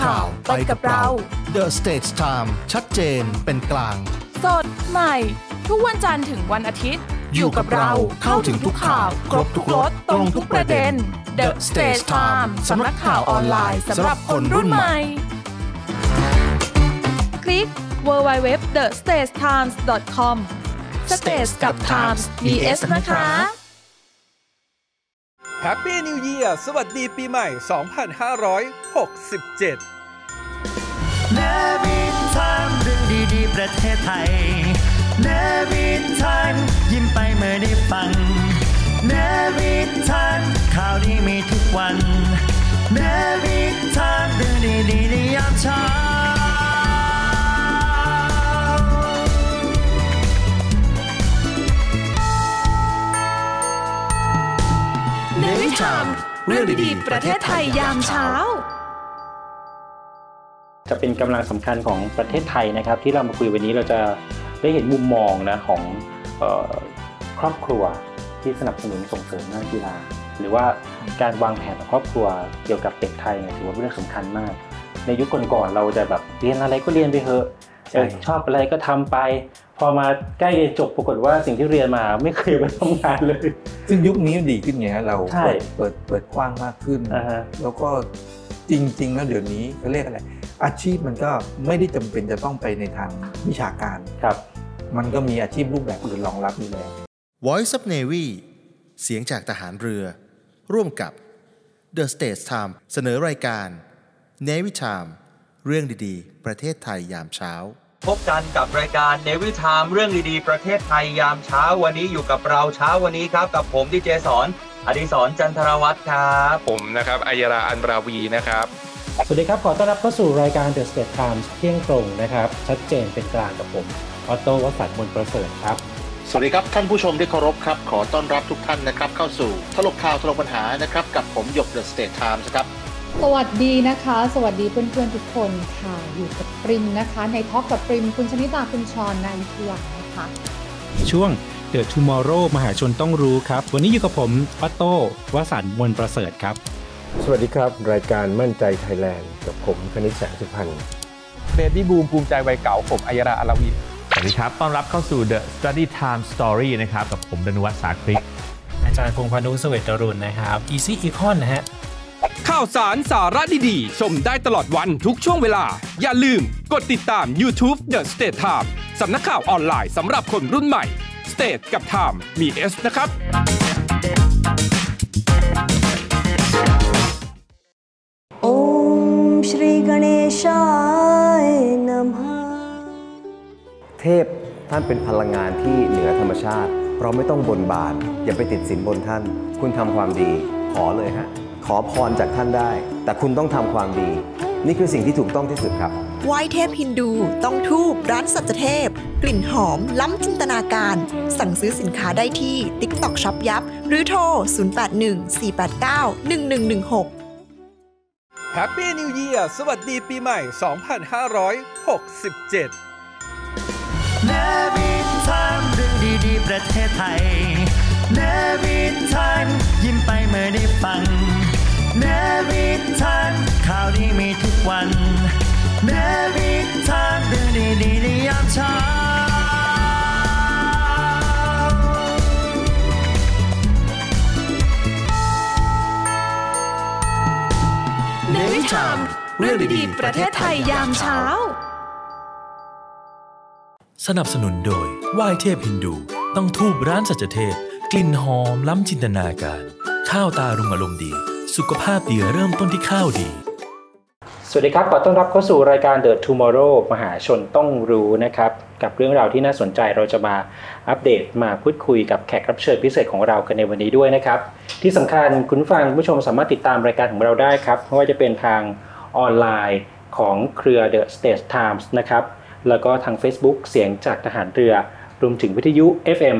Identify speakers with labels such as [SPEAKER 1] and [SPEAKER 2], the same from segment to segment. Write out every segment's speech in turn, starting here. [SPEAKER 1] ข่าวไปกับเรา
[SPEAKER 2] The Stage Time ชัดเจนเป็นกลาง
[SPEAKER 1] สดใหม่ ทุกวันจันทร์ถึงวันอาทิตย์
[SPEAKER 2] อยู่กับเราเข้าถึงทุกข่าว ครบทุกรสตรงทุกประเด็น The Stage Time สำนักข่าวออนไลน์สำหรับคนรุ่นใหม่
[SPEAKER 1] คลิก www.thestagetimes.com Stage กับ Times มี S นะคะ
[SPEAKER 3] แฮปปี้นิว e ยียสวัสดีปีใหม่ 2567
[SPEAKER 4] เนวิทามเรื่องดีๆ ประเทศไทยเนวิทามยิ้มไปเมื่อได้ฟังเนวิทามข่าวดีมีทุกวันเนวิทามเรื่องดีๆในยามเช้า
[SPEAKER 1] เนวิชามเรื่องดีๆ ประเทศไทยยามเช้า
[SPEAKER 5] จะเป็นกำลังสำคัญของประเทศไทยนะครับ ที่เรามาคุยวันนี้เราจะได้เห็นมุมมองนะของเออครอบครัวที่สนับสนุนส่งเสริมด้านกีฬาหรือว่าการวางแผนของครอบครัวเกี่ยวกับเด็กไทยเนี่ยถือว่าเป็นเรื่องสำคัญมาก ในยุคก่อนๆเราจะแบบเรียนอะไรก็เรียนไปเถอะ
[SPEAKER 4] ใช่
[SPEAKER 5] เออชอบอะไรก็ทำไป พอมาใกล้เรียนจบปรากฏว่าสิ่งที่เรียนมาไม่เคยไปทำงานเลย
[SPEAKER 6] ซึ่งยุคนี้มันดีขึ้นไงฮะเรา
[SPEAKER 5] ใช่
[SPEAKER 6] เปิดเปิดเปิดกว้างมากขึ้น
[SPEAKER 5] อ่าฮะ
[SPEAKER 6] แล้วก็จริง ๆ แล้วเดี๋ยวนี้เขาเรียกอะไร อาชีพมันก็ไม่ได้จำเป็นจะต้องไปในทางวิชาการ
[SPEAKER 5] ครับ
[SPEAKER 6] มันก็มีอาชีพรูปแบบอื่นรองรับอยู่แล้ว
[SPEAKER 2] Voice of Navy เสียงจากทหารเรือ ร่วมกับ The Stage Time เสนอรายการ Navy Time เรื่องดีๆ ประเทศไทยยามเช้า
[SPEAKER 7] พบกันกับรายการเนวิทามเรื่องดีๆ ประเทศไทยยามเช้าวันนี้อยู่กับเราเช้าวันนี้ครับ กับผมดีเจสอนอดิสรจันทรวัตรครับ
[SPEAKER 8] ผมนะครับอัยราอันราวีนะครับ
[SPEAKER 9] สวัสดีครับ ขอต้อนรับเข้าสู่รายการ The State Times เที่ยงตรงนะครับ ชัดเจนเป็นกลางกับผมออโต้วสันต์มนต์ประเสริฐครับ
[SPEAKER 10] สวัสดีครับ ท่านผู้ชมที่เคารพครับ ขอต้อนรับทุกท่านนะครับ เข้าสู่ตลกข่าวตลกปัญหานะครับ กับผมหยกเดอะสเตทไทมส์ครับ
[SPEAKER 11] สวัสดีนะคะ สวัสดีเพื่อนๆทุกคนค่ะ อยู่กับปริมนะคะ ในท็อกกับปริม คุณชนิตาคุณชรนายิทยานะคะ
[SPEAKER 9] ช่วง The Tomorrow มหาชนต้องรู้ครับ วันนี้อยู่กับผมออโต้วสันต์มนต์ประเสริฐครับ
[SPEAKER 10] สวัสดีครับ รายการมั่นใจไทยแลนด์กับผมคณิตแสงสุพรรณ
[SPEAKER 3] เบบี้บูมภูมิใจวัยเก่าผมอัยราอันราวี
[SPEAKER 7] สวัสดีครับ ต้อนรับเข้าสู่ The Study Time Story นะครับ กับผมดนวัฒน์สาคริก
[SPEAKER 9] อาจารย์พงษ์พานุเสเวตรุณนะครับ Easy Econ นะฮะ
[SPEAKER 3] ข่าวสารสาระดีๆ ชมได้ตลอดวันทุกช่วงเวลา อย่าลืมกดติดตาม YouTube The State Time สำนักข่าวออนไลน์สำหรับคนรุ่นใหม่ State กับ Time มี S นะครับ
[SPEAKER 10] เทพท่านเป็นพลังงานที่เหนือธรรมชาติ เราไม่ต้องบนบาน อย่าไปติดสินบนท่าน คุณทำความดีขอเลยฮะ ขอพรจากท่านได้ แต่คุณต้องทำความดี นี่คือสิ่งที่ถูกต้องที่สุดครับ
[SPEAKER 4] ไหว้เทพฮินดู ต้องทูบร้านสัจเทพ กลิ่นหอม ล้ำจินตนาการ สั่งซื้อสินค้าได้ที่ TikTok Shop ยับ หรือโทร 0814891116
[SPEAKER 3] แฮปปี้นิว e ยียสวัสดีปีใหม่ 2567
[SPEAKER 4] เนวิทามเรื่องดีๆ ประเทศไทยเนวิทามยิ้มไปเมื่อได้ฟังเนวิทามข่าวดีมีทุกวันเนวิทามเรื่องดีๆในยามเช้า
[SPEAKER 1] เนวิชามเรื่องดีๆ ประเทศไทยยามเช้า
[SPEAKER 9] สนับสนุนโดยไหว้เทพฮินดู ต้องทูบร้านสัจเทพ กลิ่นหอมล้ำจินตนาการ ข้าวตารุงอารมณ์ดี สุขภาพดีเริ่มต้นที่ข้าวดี
[SPEAKER 5] สวัสดีครับ ขอต้อนรับเข้าสู่รายการ The Tomorrow มหาชนต้องรู้นะครับ กับเรื่องราวที่น่าสนใจเราจะมาอัปเดตมาพูดคุยกับแขกรับเชิญพิเศษของเรากันในวันนี้ด้วยนะครับ ที่สำคัญคุณผู้ฟังคุณผู้ชมสามารถติดตามรายการของเราได้ครับไม่ว่าจะเป็นทางออนไลน์ของเครือ The State Times นะครับ แล้วก็ทาง Facebook เสียงจากทหารเรือ รวมถึงวิทยุ FM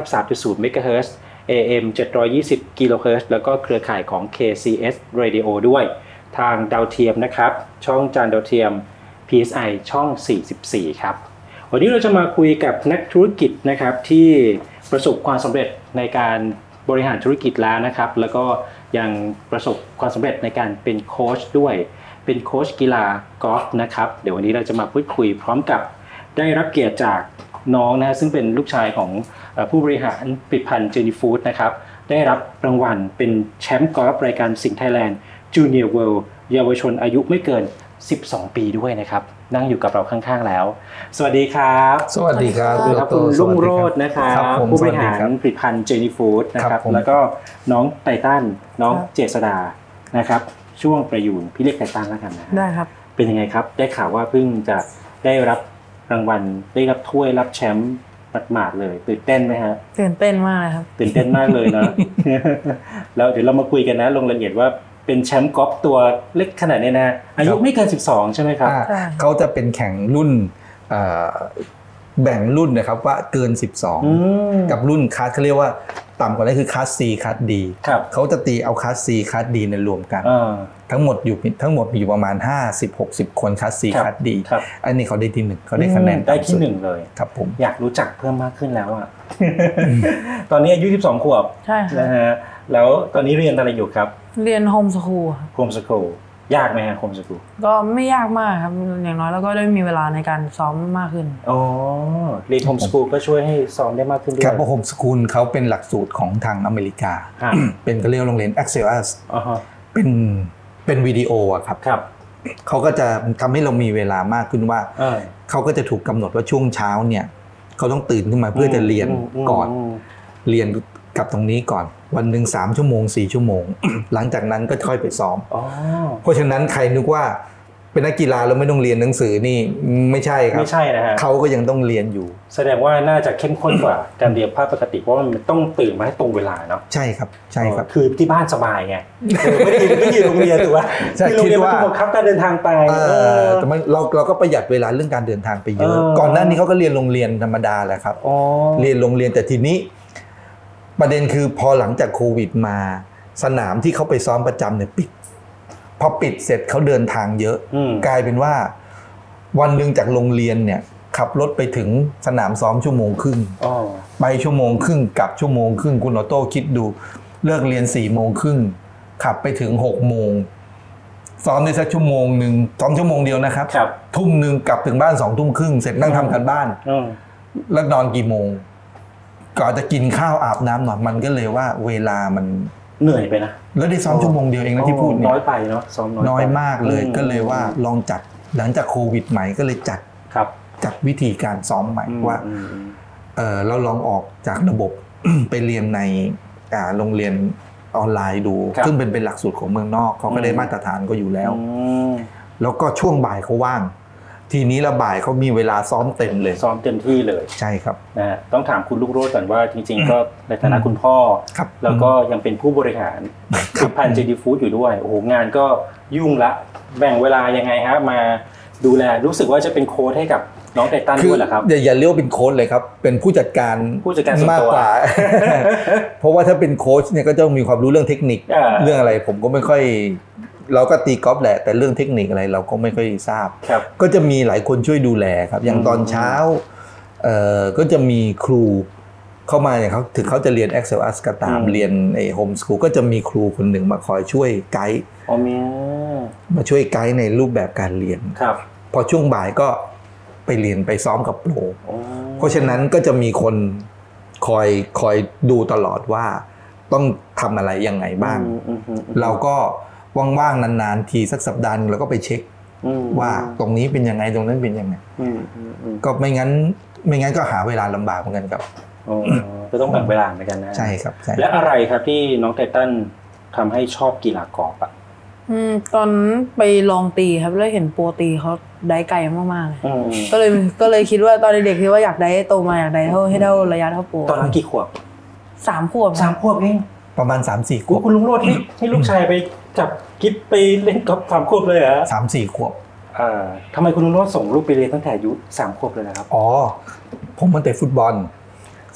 [SPEAKER 5] 93.0 MHz AM 720 kHz แล้วก็เครือข่ายของ KCS Radio ด้วย ทางดาวเทียมนะครับ ช่องจานดาวเทียม PSI ช่อง 44 ครับ วันนี้เราจะมาคุยกับนักธุรกิจนะครับที่ประสบความสำเร็จในการบริหารธุรกิจแล้วนะครับ แล้วก็ยังประสบความสำเร็จในการเป็นโค้ชด้วย เป็นโค้ชกีฬากอล์ฟนะครับ เดี๋ยววันนี้เราจะมาพูดคุยพร้อมกับได้รับเกียรติจากน้องนะซึ่งเป็นลูกชายของเอ่อผู้บริหารผลิตภัณฑ์เจนีฟูดนะครับ ได้รับรางวัลเป็นแชมป์กอล์ฟรายการสิงห์ไทยแลนด์จูเนียร์เวิลด์เยาวชนอายุไม่เกิน 12 ปีด้วยนะครับ นั่งอยู่กับเราข้างๆแล้ว สวัสดีครับ
[SPEAKER 6] สวัสดีครับ
[SPEAKER 5] ครับคุณ
[SPEAKER 6] ดร
[SPEAKER 5] รุ่งโรจน์นะครับ
[SPEAKER 6] ครับผม
[SPEAKER 5] ผู้บริ
[SPEAKER 6] สวัสดี
[SPEAKER 5] หาร
[SPEAKER 6] ครับ
[SPEAKER 5] ผลิตภัณฑ์เจนีฟูดนะค
[SPEAKER 6] ครั
[SPEAKER 5] รับบ
[SPEAKER 6] ผม
[SPEAKER 5] แล้วก็น้องไตตันน้องเจษดานะครับ ช่วงประยูนพี่เรียกไตตันแล้วกันนะฮะ
[SPEAKER 12] ได้ครับ
[SPEAKER 5] เป็นยังไงครับ ได้ข่าวว่าเพิ่งจะได้รับรางวัล ได้รับถ้วยรับแชมป์หมาดๆเลยตื่นเต้นไหมฮะ
[SPEAKER 12] ตื่นเต้นมากเลยครับ
[SPEAKER 5] ตื่นเต้นมากเลย นะ แล้วเดี๋ยวเรามาคุยกันนะ ลงรายละเอียดว่าเป็นแชมป์กอล์ฟตัวเล็กขนาดเนี้ยนะ อายุไม่เกิน 12 ใช่ไหมครับ
[SPEAKER 6] อ่าเขาจะเป็นแข่งรุ่นเอ่อแบ่งรุ่นนะครับว่าเกิน
[SPEAKER 5] ม
[SPEAKER 6] 12 กับรุ่นคลาสเขาเรียกว่าต่ำกว่านั้นคือคลาส C คลาส D เขาจะตีเอาคลาส C คลาส D เนี่ยรวมกัน ทั้งหมดอยู่ทั้งหมดมีอยู่ประมาณ 50 60 คนคลาส C คลาส D อันนี้เขาได้ที่หนึ่งเขาได้คะแนน
[SPEAKER 5] อืมได้ที่
[SPEAKER 6] ต่ำสุ
[SPEAKER 5] หนึ่งเลย
[SPEAKER 6] ครับผม
[SPEAKER 5] อยากรู้จักเพิ่มมากขึ้นแล้วอะ ตอนนี้อายุ 12 ขวบ
[SPEAKER 12] ใช่ค่ะ
[SPEAKER 5] นะฮะ แล้วตอนนี้เรียนอะไรอยู่ครับ
[SPEAKER 12] เรียนโฮมสคูลครับ
[SPEAKER 5] โฮมส o ูลยากไหมฮะโฮมส o ูล
[SPEAKER 12] ก็ไม่ยากมากครับ อย่างน้อยแล้วก็ได้มีเวลาในการซ้อมมากขึ้น
[SPEAKER 5] อ๋อเรียนโฮมสกูลก็ช่วยให้ซ้อมได้มากขึ้นด้วย
[SPEAKER 6] ครับโฮมสกูลเขาเป็นหลักสูตรของทางอเมริกา
[SPEAKER 5] ครับ
[SPEAKER 6] เป็นเขาเรียกโรงเรียน a x e l u s เป็นเป็นวิดีโออะครับ เขาก็จะทำให้เรามีเวลามากขึ้นว่า เขาก็จะถูกกำหนดว่าช่วงเช้าเนี่ยเขาต้องตื่นขึ้นมาเพื่อจะเรียนก่อน เรียนกับตรงนี้ก่อน วันหนึ่งสามชั่วโมงสี่ชั่วโมง หลังจากนั้นก็ค่อยไปซ้อม
[SPEAKER 5] อ๋อ
[SPEAKER 6] เพราะฉะนั้นใครนึกว่าเป็นนักกีฬาแล้วไม่ต้องเรียนหนังสือนี่ไม่ใช่ครับ
[SPEAKER 5] ไม่ใช่นะฮะ
[SPEAKER 6] เขาก็ยังต้องเรียนอยู่
[SPEAKER 5] แสดงว่าน่าจะเข้มข้นกว่า การเรียนภาคปกติเพราะว่ามันต้องตื่นมาให้ตรงเวลาเนาะ
[SPEAKER 6] ใช่ครับ ใช่ครับ
[SPEAKER 5] คือที่บ้านสบายไงเออไม่ได้ไม่ได้อยู่โรงเรียนถูกไหม
[SPEAKER 6] ใช่
[SPEAKER 5] คือโรง
[SPEAKER 6] คิด
[SPEAKER 5] เรียนมัน
[SPEAKER 6] ว่า
[SPEAKER 5] ถูกบังคับการเดินทางไป
[SPEAKER 6] เอ
[SPEAKER 5] เอ
[SPEAKER 6] อ
[SPEAKER 5] อ
[SPEAKER 6] แต่มันเราเราก็ประหยัดเวลาเรื่องการเดินทางไปเยอะ
[SPEAKER 5] เออ
[SPEAKER 6] ก่อนหน้านี้เขาก็เรียนโรงเรียนธรรมดาแหละครับเรียนโรงเรียนแต่ทีนี้ ประเด็นคือพอหลังจากโควิดมา สนามที่เขาไปซ้อมประจำเนี่ยปิด พอปิดเสร็จเขาเดินทางเยอะ กลายเป็นว่า วันหนึ่งจากโรงเรียนเนี่ย ขับรถไปถึงสนามซ้อมชั่วโมงครึ่งไปชั่วโมงครึ่งกลับชั่วโมงครึ่งคุณออโต้คิดดู เลิกเรียนสี่โมงครึ่งขับไปถึงหกโมง ซ้อมได้สักชั่วโมงหนึ่งซ้อมชั่วโมงเดียวนะครับ ทุ่มหนึ่งกลับถึงบ้านสองทุ่มครึ่งเสร็จนั่งทำกันบ้าน แล้วนอนกี่โมง ก่อนจะกินข้าวอาบน้ำหน่อยมันก็เลยว่าเวลามัน
[SPEAKER 5] เหนื่อยไปนะ
[SPEAKER 6] แล้วได้ซ้อมชั่วโมงเดียวเองนะที่พูดเนี่
[SPEAKER 5] น้อย ยไปเนาะซ้อมน้อยไป
[SPEAKER 6] น้อยมากเลย
[SPEAKER 5] อื
[SPEAKER 6] ก็เลยว่าลองจัดหลังจากโควิดใหม่ก็เลยจัดจัดวิธีการซ้อมใหม่ว่าเออเราลองออกจากระบบ ไปเรียนในอ่าโรงเรียนออนไลน์ดู ซึ่งเป็นเป็นหลักสูตรของเมืองนอกเขาก็ได้มาตรฐานก็อยู่แล้ว แล้วก็ช่วงบ่ายเขาว่าง ทีนี้ละบ่ายเขามีเวลาซ้อมเต็มเลย
[SPEAKER 5] ซ้อมเต็มที่เลย
[SPEAKER 6] ใช่ครับ
[SPEAKER 5] นะฮะต้องถามคุณลูกโรดก่อนว่าจริงๆ ก็ในฐานะคุณพ่อ แล้วก็ยังเป็นผู้บริหารสิพันเจดีฟู้ดอยู่ด้วย โอ้โหงานก็ยุ่งละ แบ่งเวลายังไงฮะ มาดูแลรู้สึกว่าจะเป็นโค้ชให้กับน้องไตตันด้วยเหรอครับ
[SPEAKER 6] อย่าอย่าเรียกว่าเป็นโค้ชเลยครับ เป็นผู้จัดการ
[SPEAKER 5] ผู้จัดการส่วน
[SPEAKER 6] มาก
[SPEAKER 5] ตัว
[SPEAKER 6] กว่า เพราะว่าถ้าเป็นโค้ชเนี่ยก็ต้องมีความรู้เรื่องเทคนิค
[SPEAKER 5] อ่า
[SPEAKER 6] เรื่องอะไรผมก็ไม่ค่อย เราก็ตีกอล์ฟแหละ แต่เรื่องเทคนิคอะไรเราก็ไม่ค่อยทราบ ก็จะมีหลายคนช่วยดูแลครับ อย่างตอนเช้าเอ่อก็จะมีครูเข้ามาอย่างเขาถึงเขาจะเรียน Excel a s ก็ตาม
[SPEAKER 5] อืม
[SPEAKER 6] เรียนไอ้โฮมสกูลก็จะมีครูคนหนึ่งมาคอยช่วยไกด์
[SPEAKER 5] อ๋อเมีย
[SPEAKER 6] มาช่วยไกด์ในรูปแบบการเรียน
[SPEAKER 5] ครับ
[SPEAKER 6] พอช่วงบ่ายก็ไปเรียนไปซ้อมกับโปร เพราะฉะนั้นก็จะมีคนคอยคอยดูตลอดว่าต้องทำอะไรยังไงบ้าง เราก็ว่างๆนานๆ ทีสักสัปดาห์หนึ่งเราก็ไปเช็ค
[SPEAKER 5] อืม
[SPEAKER 6] ว่าตรงนี้เป็นยังไงตรงนั้นเป็นยังไง
[SPEAKER 5] อืมอืมอืม
[SPEAKER 6] ก็ไม่งั้นไม่งั้นก็หาเวลาลำบากเหมือนกันครับ
[SPEAKER 5] โอ้ก็ต้องแบ่งเวลาเหมือนกันนะ
[SPEAKER 6] ใช่ครับใช่
[SPEAKER 5] และอะไรครับที่น้องไตตันทำให้ชอบกีฬากอล์ฟอะ
[SPEAKER 12] อืมตอนนั้นไปลองตีครับแล้วเห็นโปรตีเขาได้ไกลมากๆเลย
[SPEAKER 5] อืม
[SPEAKER 12] ก็เลยก็เลยคิดว่าตอนเด็กๆคิดว่าอยากได้โตมาอยากได้เท่าให้เท่าระยะเท่าโปร
[SPEAKER 5] ตอนนั้นกี่ขวบ
[SPEAKER 12] สามขวบ
[SPEAKER 5] สามขวบเอง
[SPEAKER 6] ประมาณ3ามสี่ขวบ
[SPEAKER 5] คุณลุงโรดให้ให้ลูกชายไปจับกิ๊บไปเล่นกอล์ฟสามขวบเลยเหรอ
[SPEAKER 6] สามสี่ขวบ
[SPEAKER 5] เอ่อทำไมคุณลุงโรดส่งลูกไปเรียนตั้งแต่อายุสามขวบเลยนะครับ
[SPEAKER 6] อ๋อ ผมมันเตะฟุตบอล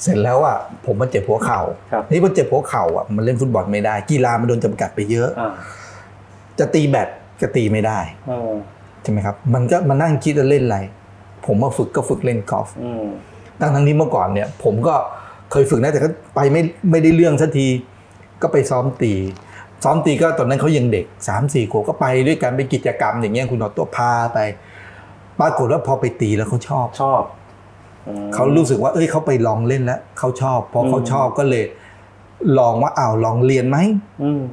[SPEAKER 6] เสร็จแล้วอ่ะผมมันเจ็บหัวเข่านี่มันเจ็บหัวเข่าอ่ะมันเล่นฟุตบอลไม่ได้ กีฬามันโดนจำกัดไปเยอะ จะตีแบดก็ตีไม่ได้ ใช่ไหมครับ มันก็มานั่งคิดจะเล่นอะไร ผมมาฝึกก็ฝึกเล่นกอล์ฟตั้งทั้งนี้เมื่อก่อนเนี่ย ผมก็เคยฝึกนะแต่ก็ไปไม่ไม่ได้เรื่องสักที ก็ไปซ้อมตี ซ้อมตีก็ตอนนั้นเขายังเด็ก3ามสี่ขวบก็ไปด้วยกันไปกิจกรรมอย่างเงี้ยคุณออโต้พาไป ปรากฏว่าพอไปตีแล้วเขาชอบ
[SPEAKER 5] ชอบ
[SPEAKER 6] เขารู้สึกว่า เอ้ยเขาไปลองเล่นแล้วเขาชอบพอเขา
[SPEAKER 5] อืม
[SPEAKER 6] ชอบก็เลยลองว่าอ้าวลองเรียนไหม
[SPEAKER 5] อืม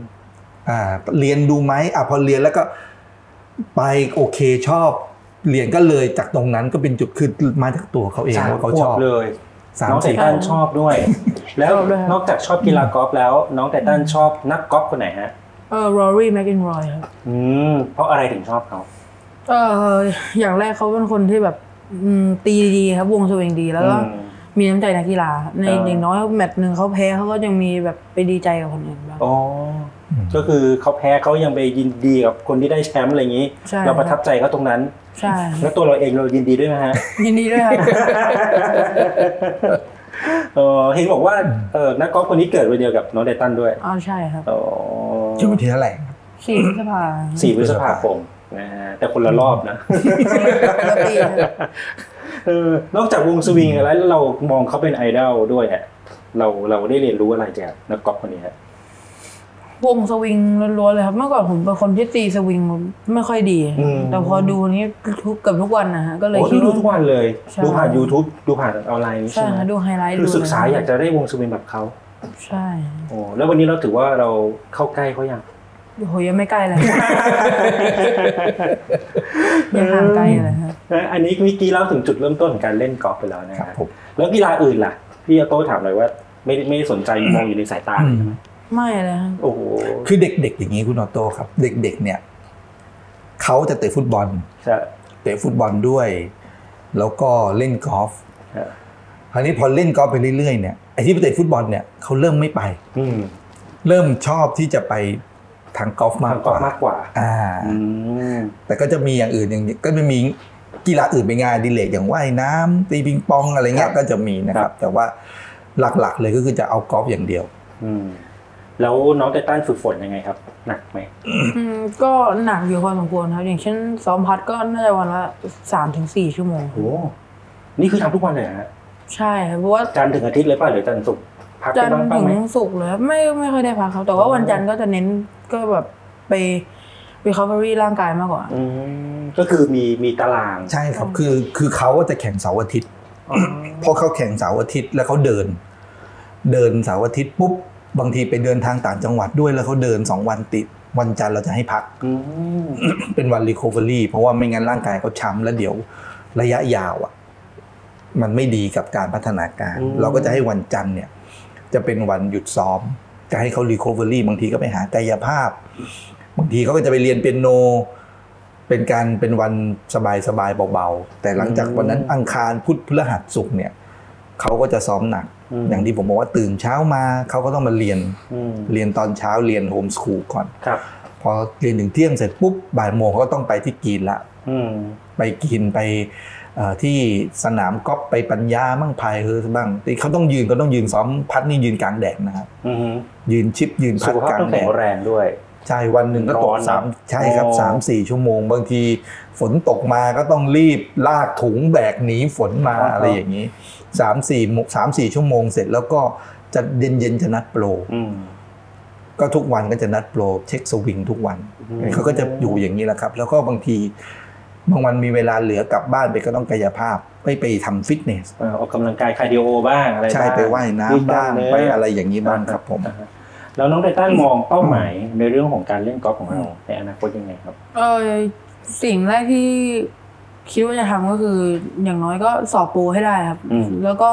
[SPEAKER 6] อ่าเรียนดูไหมอ่ะพอเรียนแล้วก็ไปโอเคชอบ เรียนก็เลยจากตรงนั้นก็เป็นจุดคือมาจากตัวเขาเอง
[SPEAKER 5] สาม
[SPEAKER 6] ว่าเขาชอ
[SPEAKER 5] ข
[SPEAKER 6] บ
[SPEAKER 5] วบเลย
[SPEAKER 6] สาม
[SPEAKER 5] น้องไท
[SPEAKER 6] สี่
[SPEAKER 5] ทัน
[SPEAKER 6] ข
[SPEAKER 5] ช
[SPEAKER 6] ว
[SPEAKER 5] อบ
[SPEAKER 6] บ
[SPEAKER 5] ด้วย แล้วนอกจากชอบกีฬากอล์ฟแล้ว น้องไททันชอบนักกอล์ฟคนไหนฮะ
[SPEAKER 12] เออรอรี่แมคกินรอยครับ
[SPEAKER 5] อืม เพราะอะไรถึงชอบเขา
[SPEAKER 12] เอออย่างแรกเขาเป็นคนที่แบบอืมตีดีครับวงสวิงดีแล้วก็
[SPEAKER 5] อืม
[SPEAKER 12] มีน้ำใจนักกีฬาใน
[SPEAKER 5] เออ
[SPEAKER 12] อ
[SPEAKER 5] อ
[SPEAKER 12] ย่างน้อยแมตช์หนึ่งเขาแพ้เขาก็ยังมีแบบไปดีใจกับคนอื่นบ้าง
[SPEAKER 5] อ๋ออก็คือเขาแพ้เขายังไปยินดีกับคนที่ได้แชมป์อะไรอย่างนี้
[SPEAKER 12] ใช่
[SPEAKER 5] เราประทับใจเขาตรงนั้น
[SPEAKER 12] ใช่
[SPEAKER 5] แล้วตัวเราเองเรายินดีด้วยไหมฮะ
[SPEAKER 12] ยินดีด้วยครับ
[SPEAKER 5] เออเห็นบอกว่าเออนักกอล์ฟคนนี้เกิดวันเดียวกับน้องไททันด้วย
[SPEAKER 12] อ๋อใช่ครับ
[SPEAKER 5] อ๋อ
[SPEAKER 6] ชื่อวันที่เท่าไหร่
[SPEAKER 12] สี่พฤษภา
[SPEAKER 5] สี่พฤษภาคมนะฮะแต่คนละรอบนะ เอ อนอกจากวงสวิงแล้วเรามองเขาเป็นไอดอลด้วยฮะเราเราได้เรียนรู้อะไรจากนักกอล์ฟคนนี้ฮะ
[SPEAKER 12] วงสวิงล้วนๆเลยครับเมื่อก่อนผมเป็นคนที่ตีสวิงไม่ค่อยดี
[SPEAKER 5] อืม
[SPEAKER 12] แต่พอดูนี้ทุกเกับทุกวันนะฮะก็เลย
[SPEAKER 5] โอ้
[SPEAKER 12] คิด
[SPEAKER 5] ดู
[SPEAKER 12] ว่า
[SPEAKER 5] ทุกวันเลย
[SPEAKER 12] ใช่
[SPEAKER 5] ดูผ่าน YouTube ดูผ่านออนไลน์นี้
[SPEAKER 12] ใช่
[SPEAKER 5] ใช่ไหม
[SPEAKER 12] ฮะดูไฮไลท์
[SPEAKER 5] คือศึกษา
[SPEAKER 12] ดูะไร
[SPEAKER 5] อยากจะได้วงสวิงแบบเขา
[SPEAKER 12] ใช่
[SPEAKER 5] โอ้แล้ววันนี้เราถือว่าเราเข้าใกล้เขายัง
[SPEAKER 12] โอ้โหยังไม่ใกล้เลย ยังห่างไกลเลยฮะ
[SPEAKER 5] เอออันนี้เมื่อกี้เล่าถึงจุดเริ่มต้นของการเล่นกอล์ฟไปแล้วนะ
[SPEAKER 6] ค
[SPEAKER 5] ค
[SPEAKER 6] รั
[SPEAKER 5] รั
[SPEAKER 6] บบ ผม
[SPEAKER 5] แล้วกีฬาอื่นล่ะ พี่อาโต้ถามเลยว่า ไม่ไม่ได้สนใจมองอยู่ในสายตาเลยใช่ไหม
[SPEAKER 12] ไม่เลยฮะ
[SPEAKER 5] โอ้โห
[SPEAKER 6] คือเด็กๆ อย่างนี้คุณออโต้ครับ เด็กๆ เนี่ยเขาจะเตะฟุตบอล
[SPEAKER 5] ใช่
[SPEAKER 6] เตะฟุตบอลด้วย แล้วก็เล่นกอล์ฟ
[SPEAKER 5] ฮะ
[SPEAKER 6] คราวนี้พอเล่นกอล์ฟไปเรื่อยๆเนี่ยไอ้ที่ไปเตะฟุตบอลเนี่ยเขาเริ่มไม่ไป
[SPEAKER 5] อืม
[SPEAKER 6] เริ่มชอบที่จะไปทางกอล์ฟมาก
[SPEAKER 5] ทำก
[SPEAKER 6] ก
[SPEAKER 5] อล์ฟ
[SPEAKER 6] ว่า
[SPEAKER 5] มากกว่า
[SPEAKER 6] อ่า
[SPEAKER 5] อืม
[SPEAKER 6] แต่ก็จะมีอย่างอื่นอย่างก็จะมีกีฬาอื่นเป็นงานอดิเลกอย่างว่ายน้ำตีปิงปองอะไรเงี้ยก็จะมีนะครับ แต่ว่าหลักๆเลยก็คือจะเอากอล์ฟอย่างเดียว
[SPEAKER 5] อืมแล้วน้องไตตันฝึกฝนยังไงครับ หนักไหม
[SPEAKER 12] อืมก็หนักอยู่พอสมควรครับ อย่างเช่นซ้อมพัดก็น่าจะวันละสามถึงสี่ชั่วโมง
[SPEAKER 5] โอ้นี่คือทำทุกวันเลยเหรอฮะ
[SPEAKER 12] ใช่ครับเพราะว่า
[SPEAKER 5] จันทร์ถึงอาทิตย์เลยป่ะหรือจันทร์ศุกร์พัก
[SPEAKER 12] จั
[SPEAKER 5] ไป
[SPEAKER 12] นท
[SPEAKER 5] บ้าง
[SPEAKER 12] ร์
[SPEAKER 5] บ้าง
[SPEAKER 12] ถึง
[SPEAKER 5] ไหม
[SPEAKER 12] ศุกร์เลยครับไม่ไม่ค่อยได้พักครับ แต่ว่า
[SPEAKER 5] อ๋อ
[SPEAKER 12] วันจันทร์ก็จะเน้นก็แบบไป recovery ร่างกายมากกว่า
[SPEAKER 5] อืมก็คือมีมีตาราง
[SPEAKER 6] ใช่ครับคือคือเขาจะแข่งเสาร์อาทิตย์พอเขาแข่งเสาร์อาทิตย์แล้วเขาเดิน เดินเสาร์อาทิตย์ปุ๊บบางทีไปเดินทางต่างจังหวัดด้วยแล้วเขาเดินสองวันติดวันจันทร์เราจะให้พัก
[SPEAKER 5] อืม
[SPEAKER 6] เป็นวันรีค o เวอรี่เพราะว่าไม่งั้นร่างกายเขาช้ำแล้วเดี๋ยวระยะยาวอ่ะ มันไม่ดีกับการพัฒนาการ
[SPEAKER 5] อืม
[SPEAKER 6] เราก็จะให้วันจันทร์เนี่ย จะเป็นวันหยุดซ้อม จะให้เขารีค o เวอรี่บางทีก็ไปหากายภาพ บางทีเขาก็จะไปเรียนเปียโน เป็นการเป็นวันสบายสบายๆเบาๆ แต่หลังจากวันนั้นอังคารพุธพฤหัสศุกร์เนี่ยเขาก็จะซ้อมหนัก
[SPEAKER 5] ม
[SPEAKER 6] อย่างที่ผมบอกว่าตื่นเช้ามาเขาก็ต้องมาเรียน
[SPEAKER 5] อืม
[SPEAKER 6] เรียนตอนเช้าเรียนโฮมสคูลก่อน
[SPEAKER 5] ครับ
[SPEAKER 6] พอเรียนถึงเที่ยงเสร็จปุ๊บบ่ายโมงก็ต้องไปที่กรีนละ
[SPEAKER 5] อืม
[SPEAKER 6] ไปกินไปเอ่อที่สนามกอล์ฟไปปัญญามั่งพายเฮอบ้างที่เขาต้องยืนเขาต้องยืนซ้อมพัดนี่ยืนกลางแดดนะครับ
[SPEAKER 5] อืม
[SPEAKER 6] ยืนชิปยืนพั
[SPEAKER 5] สุ
[SPEAKER 6] ด
[SPEAKER 5] ขภาพ
[SPEAKER 6] กลาง
[SPEAKER 5] ต้อง
[SPEAKER 6] แด
[SPEAKER 5] แข็ง
[SPEAKER 6] ด
[SPEAKER 5] แรงด้วย
[SPEAKER 6] ใช่วันหนึ่งก็
[SPEAKER 5] ร้
[SPEAKER 6] ต
[SPEAKER 5] อก นนะ
[SPEAKER 6] สามใช่ครับ
[SPEAKER 5] อ๋อ
[SPEAKER 6] สามสี่ชั่วโมง บางทีฝนตกมาก็ต้องรีบลากถุงแบกหนีฝนมาอะไรอย่างนี้สามสี่โมงสามสี่ชั่วโมงเสร็จแล้วก็จะเย็นเย็นๆจะนัดโปร
[SPEAKER 5] อืม
[SPEAKER 6] ก็ทุกวันก็จะนัดโปรเช็คสวิงทุกวัน
[SPEAKER 5] อืม
[SPEAKER 6] เขาก็จะอยู่อย่างนี้แหละครับ แล้วก็บางทีบางวันมีเวลาเหลือกลับบ้านไปก็ต้องกายภาพไปไปทำฟิตเนส
[SPEAKER 5] เอ่อออกกำลังกายคาร์ดิโอบ้างอะไรบ้าง
[SPEAKER 6] ใช่ไปว่ายน้ำ
[SPEAKER 5] ยืดล้
[SPEAKER 6] บ้าง
[SPEAKER 5] มเนื้
[SPEAKER 6] ไปอะไรอย่างนี้บ้างครับผม
[SPEAKER 5] อ่าฮะแล้วน้องไตตันมองเป้าหมายในเรื่องของการเล่นกอล์ฟของเราในอนาคตยังไงครับ
[SPEAKER 12] เออสิ่งแรกที่คิดว่าจะทำก็คือ อย่างน้อยก็สอบโปรให้ได้ครับ
[SPEAKER 5] อืม
[SPEAKER 12] แล้วก็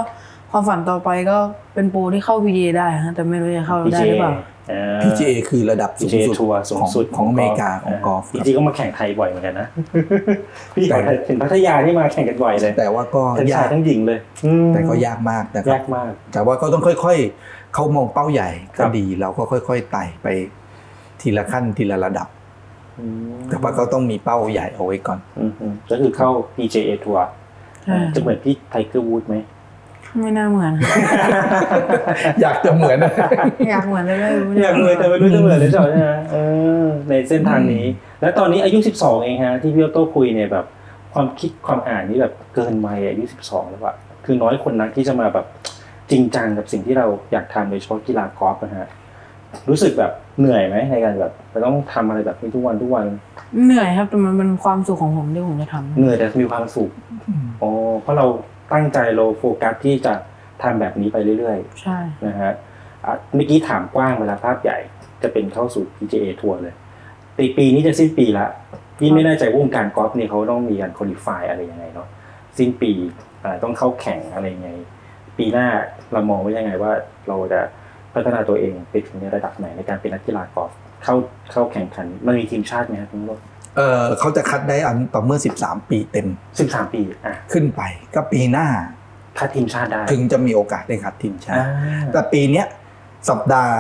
[SPEAKER 12] ความฝันต่อไปก็เป็นโปรที่เข้า PGA ได้ฮะแต่ไม่รู้จะเข้าได้หรือเปล่า
[SPEAKER 5] เอ่อ
[SPEAKER 6] PGA คือระดับสูง
[SPEAKER 5] PGA
[SPEAKER 6] สุด
[SPEAKER 5] ทัวร์สูงสุด
[SPEAKER 6] ของอเมริกาของกอล์ฟ
[SPEAKER 5] จ
[SPEAKER 6] ครับ
[SPEAKER 5] ริงๆก็มาแข่งไทยบ่อยเหมือนกันนะ พี่
[SPEAKER 6] แต่
[SPEAKER 5] เห็นพัทยานี่มาแข่งกันบ่อยเลย
[SPEAKER 6] แต่ว่าก็
[SPEAKER 5] ทั้ง
[SPEAKER 6] ยา
[SPEAKER 5] ชาย
[SPEAKER 6] ก
[SPEAKER 5] ทั้งหญิงเลย
[SPEAKER 6] แต่ก็ยากมากนะครับ
[SPEAKER 5] ยากมาก
[SPEAKER 6] แต่ว่าก็ต้องค่อยๆ เขามองเป้าใหญ่
[SPEAKER 5] ครั
[SPEAKER 6] ก็
[SPEAKER 5] บ
[SPEAKER 6] ดีเราก็ค่อยๆไต่ไปทีละขั้นทีละระดับ
[SPEAKER 5] อืม
[SPEAKER 6] แต่ว่าก็ต้องมีเป้าใหญ่เอาไว้ ก่อน
[SPEAKER 5] อืมอืมก็คือเข้า PGA ทัวร์
[SPEAKER 12] ใช่
[SPEAKER 5] จะเหมือนพี่ไทเกอร์วูดไหม
[SPEAKER 12] ไม่น่าเหมือน
[SPEAKER 6] อยากจะเหมือน
[SPEAKER 12] อยากเหมือนเลยไม่รู้
[SPEAKER 5] อยากเลยแต่ไม่รู้จะเหมือนหรือเปล่าใช่ไหมเออในเส้นทางนี้ แล้วตอนนี้อายุ 12 เองฮะที่พี่โอโต้คุยเนี่ยแบบ ความคิดความอ่านนี่แบบเกินวัยอายุ 12 แล้วอะคือน้อยคนนักที่จะมาแบบจริงจังกับสิ่งที่เราอยากทำโดยเฉพาะกีฬากอล์ฟนะฮะ รู้สึกแบบเหนื่อยไหมในการแบบไปต้องทำอะไรแบบนี้ทุกวันทุกวัน
[SPEAKER 12] เหนื่อยครับแต่มันเป็นความสุขของผมที่ผมจะทำ
[SPEAKER 5] เหนื่อยแต่มีความสุขอ๋อเพราะเราตั้งใจเราโฟกัสที่จะทำแบบนี้ไปเรื่อย
[SPEAKER 12] ใช่
[SPEAKER 5] ๆนะฮะอ่ะเมื่อกี้ถามกว้างเวลาภาพใหญ่จะเป็นเข้าสู่ PGA ทัวร์เลยปีปีนี้จะสิ้นปีละพี่ไม่แน่ใจว่าวงการกอล์ฟเนี่ยเขาต้องมีการคอลิฟายอะไรยังไงเนาะสิ้นปีอ่าต้องเข้าแข่งอะไรยังไง ปีหน้าเรามองไว้ยังไงว่าเราจะพัฒนาตัวเองไปถึงในระดับไหนในการเป็นนักกีฬากอล์ฟเข้าเข้าแข่งขันมันมีทีมชาติไหมครับคุณโรจน์
[SPEAKER 6] เออเขาจะคัดได้อันต่อเมื่อ 13 ปีเต็ม
[SPEAKER 5] 13 ปีอ่ะ
[SPEAKER 6] ขึ้นไปก็ปีหน้า
[SPEAKER 5] คัดทีมชาติได้
[SPEAKER 6] ถึงจะมีโอกาสได้คัดทีมชาติ
[SPEAKER 5] อ่า
[SPEAKER 6] แต่ปีเนี้ยสัปดาห์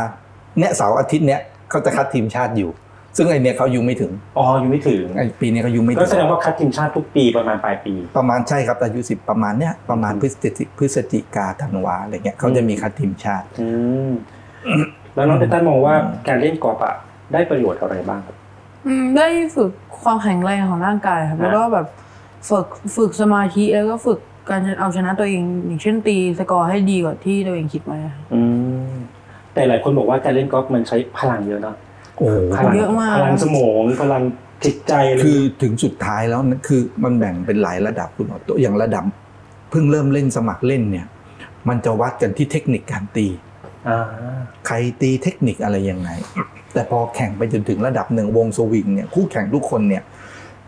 [SPEAKER 6] เนี้ยเสาร์อาทิตย์เนี้ยเขาจะคัดทีมชาติอยู่ ซึ่งไอเนี้ยเขาอายู่ไม่ถึง
[SPEAKER 5] อ๋ออายู่ไม่ถึง
[SPEAKER 6] ไอปีเนี้ยเขาอายู่ไม่ถึง
[SPEAKER 5] ก็แสดงว่าคัดทีมชาติทุกปีประมาณปลายปี
[SPEAKER 6] ประมาณใช่ครับอายุสิบประมาณเนี้ยประมาณพฤศจิพฤศจิกาธันวาอะไรเงี้ยเขาจะมีคัดทีมชาติ
[SPEAKER 5] อืมแล้วน้องเตตันมองว่าการเล่นกอล์ฟอะได้ประโยชน์อะไรบ้างครับ
[SPEAKER 12] อืมได้ฝึกความแข็งแรงของร่างกายครับ
[SPEAKER 5] ฮะ
[SPEAKER 12] แล้วก็แบบฝึกฝึกสมาธิแล้วก็ฝึกการเอาชนะตัวเอง อย่างเช่นตีสกอร์ให้ดีกว่าที่ตัวเองคิดไว้ครับ
[SPEAKER 5] อืมแต่หลายคนบอกว่าการเล่นกอล์ฟมันใช้พลังเยอะเนาะ
[SPEAKER 6] โอ้โห
[SPEAKER 5] พลัง
[SPEAKER 12] เยอะมาก
[SPEAKER 5] พลังสมองพลังจิตใจเลย
[SPEAKER 6] คือถึงสุดท้ายแล้วนะคือมันแบ่งเป็นหลายระดับคุณออโตอย่างระดับเพิ่งเริ่มเล่นสมัครเล่นเนี่ย มันจะวัดกันที่เทคนิคการตี
[SPEAKER 5] อ่า
[SPEAKER 6] ใครตีเทคนิคอะไรยังไง แต่พอแข่งไปจนถึงระดับหนึ่งวงสวิงเนี่ยคู่แข่งทุกคนเนี่ย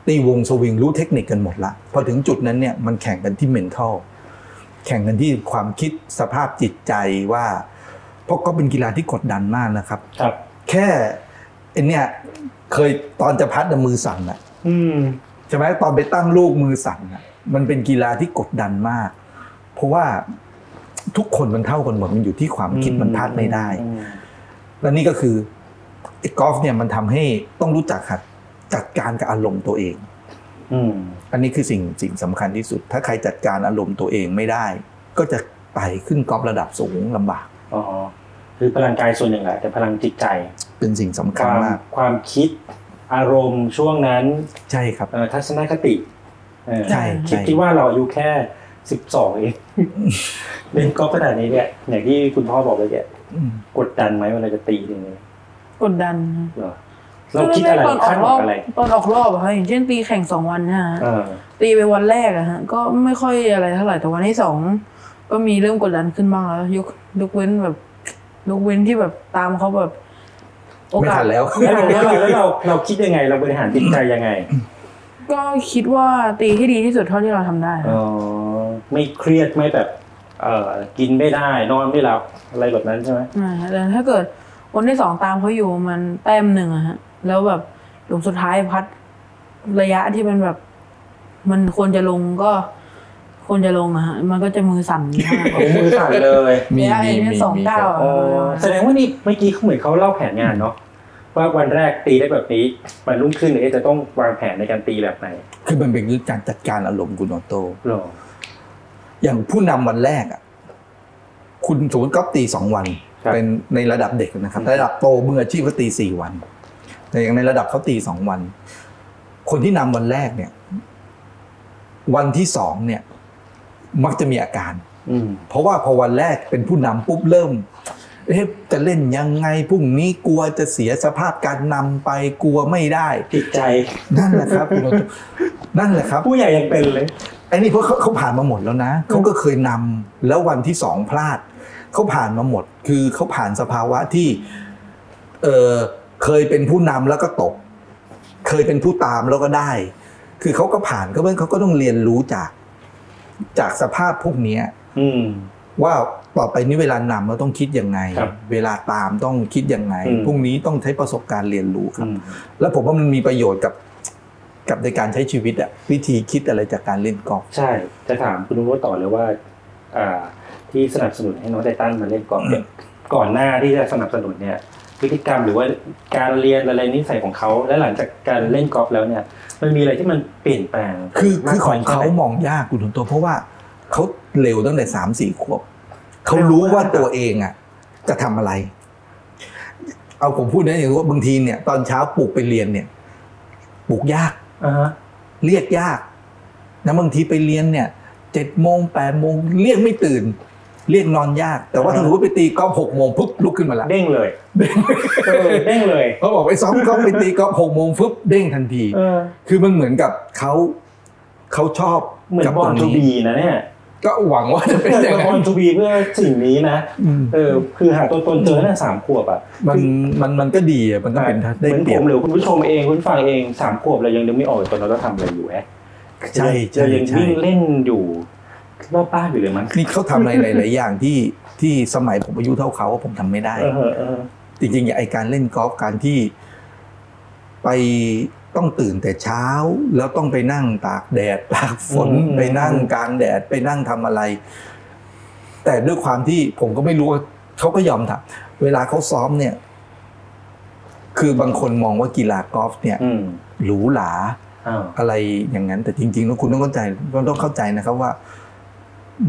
[SPEAKER 6] ตีวงสวิงรู้เทคนิคกันหมดละพอถึงจุดนั้นเนี่ยมันแข่งกันที่เมนทัลแข่งกันที่ความคิดสภาพจิตใจว่าเพราะก็เป็นกีฬาที่กดดันมากนะครับ
[SPEAKER 5] ครับ
[SPEAKER 6] แค่ไอเนี่ยเคยตอนจะพัดน่ะมือสั่นอะ
[SPEAKER 5] อืม
[SPEAKER 6] ใช่ไหมตอนไปตั้งลูกมือสั่นน่ะมันเป็นกีฬาที่กดดันมาก เพราะว่าทุกคนมันเท่ากันหมดมันอยู่ที่ความคิด
[SPEAKER 5] อืม
[SPEAKER 6] มันพลาดไม่ได้
[SPEAKER 5] อืม
[SPEAKER 6] และนี่ก็คือไอ้กอล์ฟเนี่ยมันทำให้ต้องรู้จักหัดจัดการกับอารมณ์ตัวเอง
[SPEAKER 5] อืม
[SPEAKER 6] อันนี้คือสิ่งสิ่งสำคัญที่สุด ถ้าใครจัดการอารมณ์ตัวเองไม่ได้ ก็จะไต่ขึ้นกอล์ฟระดับสูงลำบาก
[SPEAKER 5] อ๋อคือพลังกายส่วนหนึ่งแหละแต่พลังจิตใจ
[SPEAKER 6] เป็นสิ่งสำ
[SPEAKER 5] ค
[SPEAKER 6] คัญ
[SPEAKER 5] วาม
[SPEAKER 6] มาก
[SPEAKER 5] ความคิดอารมณ์ช่วงนั้น
[SPEAKER 6] ใช่ครับ
[SPEAKER 5] เอ่อทัศนคติเอ่อ
[SPEAKER 6] ใช่
[SPEAKER 5] คิด
[SPEAKER 6] ใช่
[SPEAKER 5] ที่ว่าเราอายุแค่สิบสอง เอง เล่นกอล์ฟขนาดนี้เนี่ยอย่างที่คุณพ่อบอกเลยแก
[SPEAKER 6] อืม
[SPEAKER 5] กดดันไหมเวลาจะตีทีนี้
[SPEAKER 12] กดดันครับ
[SPEAKER 5] เหรอเราคิดอะไร
[SPEAKER 12] ตอนออ
[SPEAKER 5] คาด
[SPEAKER 12] ก
[SPEAKER 5] ห
[SPEAKER 12] ร
[SPEAKER 5] วั
[SPEAKER 12] อง บ
[SPEAKER 5] อะไร
[SPEAKER 12] ตอนออกรอบอะครับอย่างเช่นตีแข่งสองวันนะฮะ
[SPEAKER 5] เออ
[SPEAKER 12] ตีไปวันแรกอะฮะก็ไม่ค่อยอะไรเท่าไหร่แต่วันที่สองก็มีเริ่มกดดันขึ้นบ้างแล้วยกยกเว้นแบบยกเว้นที่แบบตามเขาแบบโอ
[SPEAKER 6] ไม่
[SPEAKER 12] กาส
[SPEAKER 6] ทันแล้ว
[SPEAKER 5] แล้วเราแล้วเราแล้วเราเราคิดยังไง เราบริหารจิตใจยังไง
[SPEAKER 12] ก็คิดว่าตีให้ดีที่สุดเท่าที่เราทำได้ค
[SPEAKER 5] เอ
[SPEAKER 12] รับ
[SPEAKER 5] อไม่เครียดไม่แบบ เออกินไม่ได้ นอนไม่หลับอะไรแบบนั้นใช่ไหม
[SPEAKER 12] อ่าแต่ถ้าเกิดวันที่สองตามเขาอยู่มันแต้มหนึ่งอะฮะ แล้วแบบหลุมสุดท้ายพัดระยะที่มันแบบ มันควรจะลงก็ควรจะลงอะฮะ มันก็จะมือสั่นมาก
[SPEAKER 5] เอามือสั่นเลย
[SPEAKER 6] มี
[SPEAKER 12] ระยะ
[SPEAKER 6] มี
[SPEAKER 12] เอง
[SPEAKER 6] มี
[SPEAKER 12] เนี่ยสอง
[SPEAKER 6] มี
[SPEAKER 12] เก้า
[SPEAKER 6] ครับ
[SPEAKER 12] อะ
[SPEAKER 5] เออแสดงว่านี่เมื่อกี้เขาเหมือนเขาเล่าแผนงานเนาะว่าวันแรกตีได้แบบนี้วันรุ่งขึ้นเนี่ยจะต้องวางแผนในการตีแบบไหน
[SPEAKER 6] คือมันเป็นเรื่องการจัดการอารมณ์คุณออโต
[SPEAKER 5] หรอ
[SPEAKER 6] อย่างผู้นำวันแรกอ่ะคุณสมมติก๊อฟตีสองวัน
[SPEAKER 5] ครับ
[SPEAKER 6] เป็นในระดับเด็กนะครับ ระดับโตมืออาชีพก็ตีสี่วัน แต่อย่างในระดับเขาตีสองวัน คนที่นำวันแรกเนี่ย วันที่สองเนี่ย มักจะมีอาการ
[SPEAKER 5] อืม
[SPEAKER 6] เพราะว่าพอวันแรกเป็นผู้นำปุ๊บเริ่มเอ๊ะจะเล่นยังไงพรุ่งนี้กลัวจะเสียสภาพการนำไปกลัวไม่ได้
[SPEAKER 5] ติดใจ
[SPEAKER 6] นั่นแหละครับคุณโอโต้นั่นแหละครับ
[SPEAKER 5] ผู้ใหญ่ยังเป็นเลย
[SPEAKER 6] ไอ้นี่เพราะเขาเขาผ่านมาหมดแล้วนะเขาก็เคยนำแล้ววันที่สองพลาดเขาผ่านมาหมด คือเขาผ่านสภาวะที่เออเคยเป็นผู้นำแล้วก็ตก เคยเป็นผู้ตามแล้วก็ได้ คือเขาก็ผ่านก็เพราะฉะนั้นเขาก็ต้องเรียนรู้จาก จากสภาพพวกเนี้ย
[SPEAKER 5] อืม
[SPEAKER 6] ว่าต่อไปนี้เวลานำเราต้องคิดยังไง
[SPEAKER 5] ครับ
[SPEAKER 6] เวลาตามต้องคิดยังไง
[SPEAKER 5] อืม
[SPEAKER 6] พรุ่งนี้ต้องใช้ประสบการณ์เรียนรู้ครับ
[SPEAKER 5] อืม
[SPEAKER 6] แล้วผมว่ามันมีประโยชน์กับ กับในการใช้ชีวิตอะวิธีคิดอะไรจากการเล่นกอล์ฟ
[SPEAKER 5] ใช่จะถามคุณลุงโรถต่อเลยว่า อ่า ที่สนับสนุนให้น้องไตตันมาเล่นกอล์ฟเนี่ยก่อนหน้าที่จะสนับสนุนเนี่ย พฤติกรรมหรือว่าการเรียนอะไรนิสัยของเขาและหลังจากการเล่นกอล์ฟแล้วเนี่ย มันมีอะไรที่มันเปลี่ยนแปลง
[SPEAKER 6] คือคือ
[SPEAKER 5] มก
[SPEAKER 6] ข
[SPEAKER 5] น้
[SPEAKER 6] อยงเขา
[SPEAKER 5] แค่ไหน
[SPEAKER 6] มองยากคุณถุนตัวเพราะว่าเขาเร็วตั้งแต่สามสี่ขวบเขารู้ว่าตัวเองอ่ะ จะทำอะไร เอาผมพูดนะอย่างว่าบางทีเนี่ย ตอนเช้าปลุกไปเรียนเนี่ยปลุกยาก
[SPEAKER 5] อ่าฮะ
[SPEAKER 6] เรียกยากนะบางทีไปเรียนเนี่ยเจ็ดโมงแปดโมงเรียกไม่ตื่น เรียกนอนยาก แต่ว่าถ้าสมมติไปตีกอล์ฟหกโมงปุ๊บลุกขึ้นมาละ
[SPEAKER 5] เด้งเลยเด้งเลย
[SPEAKER 6] เขาบอกไปซ้อ มกอล์ฟไปตีกอล์ฟหกโมงปุ๊บเด้งทันที
[SPEAKER 5] เออ
[SPEAKER 6] คือมันเหมือนกับเขาเขาชอบ
[SPEAKER 5] เหมือน
[SPEAKER 6] กับบ ต
[SPEAKER 5] อ
[SPEAKER 6] ร
[SPEAKER 5] ล
[SPEAKER 6] ง
[SPEAKER 5] ทู
[SPEAKER 6] นี้
[SPEAKER 5] บีนะเนี่ย
[SPEAKER 6] ก็หวังว่าจะเป็นอย่า
[SPEAKER 5] บ
[SPEAKER 6] งนั้
[SPEAKER 5] อล
[SPEAKER 6] น
[SPEAKER 5] ทูบีเพื่อสิ่งนี้นะ
[SPEAKER 6] อืม
[SPEAKER 5] เออคือหาตัวตนเจอตั้งแต่สามขวบอ่ะ
[SPEAKER 6] มันมันมันก็ดีอะมันก็เป็นได้
[SPEAKER 5] เหมือน
[SPEAKER 6] เปรี
[SPEAKER 5] ผ
[SPEAKER 6] ยบ
[SPEAKER 5] มหรือคุณผู้ชมเองคุณฟังเองสามขวบเรายังนึกไม่ออกเลยตอนเราต้องทำอะไรอยู่แฮะ
[SPEAKER 6] ใช่ใช่
[SPEAKER 5] เรายัง
[SPEAKER 6] ใช่
[SPEAKER 5] วิ่งเล่นอยู่รอบบ้านอยู่เลยมั้ง
[SPEAKER 6] นี่เขาทำอะไรหลาย ๆ อย่างที่ที่สมัยผมอายุเท่าเขาอะผมทำไม่ได้
[SPEAKER 5] เออเออ
[SPEAKER 6] จริงๆอย่างไอการเล่นกอล์ฟการที่ไปต้องตื่นแต่เช้า แล้วต้องไปนั่งตากแดดตากฝน
[SPEAKER 5] อืม
[SPEAKER 6] ไปนั่งกลางแดดไปนั่งทำอะไร แต่ด้วยความที่ผมก็ไม่รู้ว่าเขาก็ยอมทำเวลาเขาซ้อมเนี่ย คือบางคนมองว่ากีฬากอล์ฟเนี่ย
[SPEAKER 5] อืม
[SPEAKER 6] หรูหรา
[SPEAKER 5] อ้าว
[SPEAKER 6] อะไรอย่างนั้น แต่จริงๆแล้วคุณต้องเข้าใจต้องเข้าใจนะครับว่า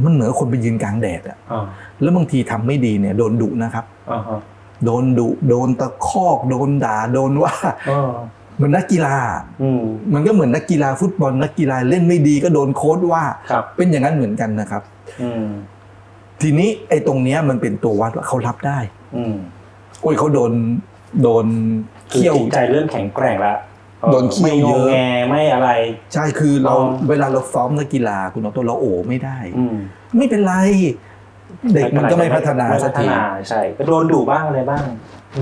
[SPEAKER 6] มันเหนือคนไปยืนกลางแดดอะ
[SPEAKER 5] อ่า
[SPEAKER 6] แล้วบางทีทำไม่ดีเนี่ย โดนดุนะครับ
[SPEAKER 5] อ่าฮะ
[SPEAKER 6] โดนดุโดนตะคอก โดนด่าโดนว่า
[SPEAKER 5] อ่า
[SPEAKER 6] เหมือนนักกีฬา
[SPEAKER 5] อืม
[SPEAKER 6] มันก็เหมือนนักกีฬาฟุตบอลนักกีฬาเล่นไม่ดีก็โดนโค้ชว่า
[SPEAKER 5] ครับ
[SPEAKER 6] เป็นอย่างนั้นเหมือนกันนะครับ
[SPEAKER 5] อืม
[SPEAKER 6] ทีนี้ไอ้ตรงเนี้ยมันเป็นตัววัดว่าเขารับได้
[SPEAKER 5] อืม
[SPEAKER 6] โอ้ยเขาโดนโดน
[SPEAKER 5] คือ
[SPEAKER 6] เขี่ยว
[SPEAKER 5] จิตใจเริ่มแข็งแกร่งละ
[SPEAKER 6] โดนเคี่ยวเยอะ
[SPEAKER 5] ไม่งแงไม่อะไร
[SPEAKER 6] ใช่คือเรา
[SPEAKER 5] อ๋อ
[SPEAKER 6] เวลาเราซ้อมนักกีฬาคุณเอาตัวเราโอไม่ได้
[SPEAKER 5] อืม
[SPEAKER 6] ไม่เป็นไร เด็กมันก็ไม่พัฒนา
[SPEAKER 5] ไม่พั
[SPEAKER 6] สัก
[SPEAKER 5] ฒ
[SPEAKER 6] ที
[SPEAKER 5] นาใช่ก็โดนดุบ้างอะไรบ้าง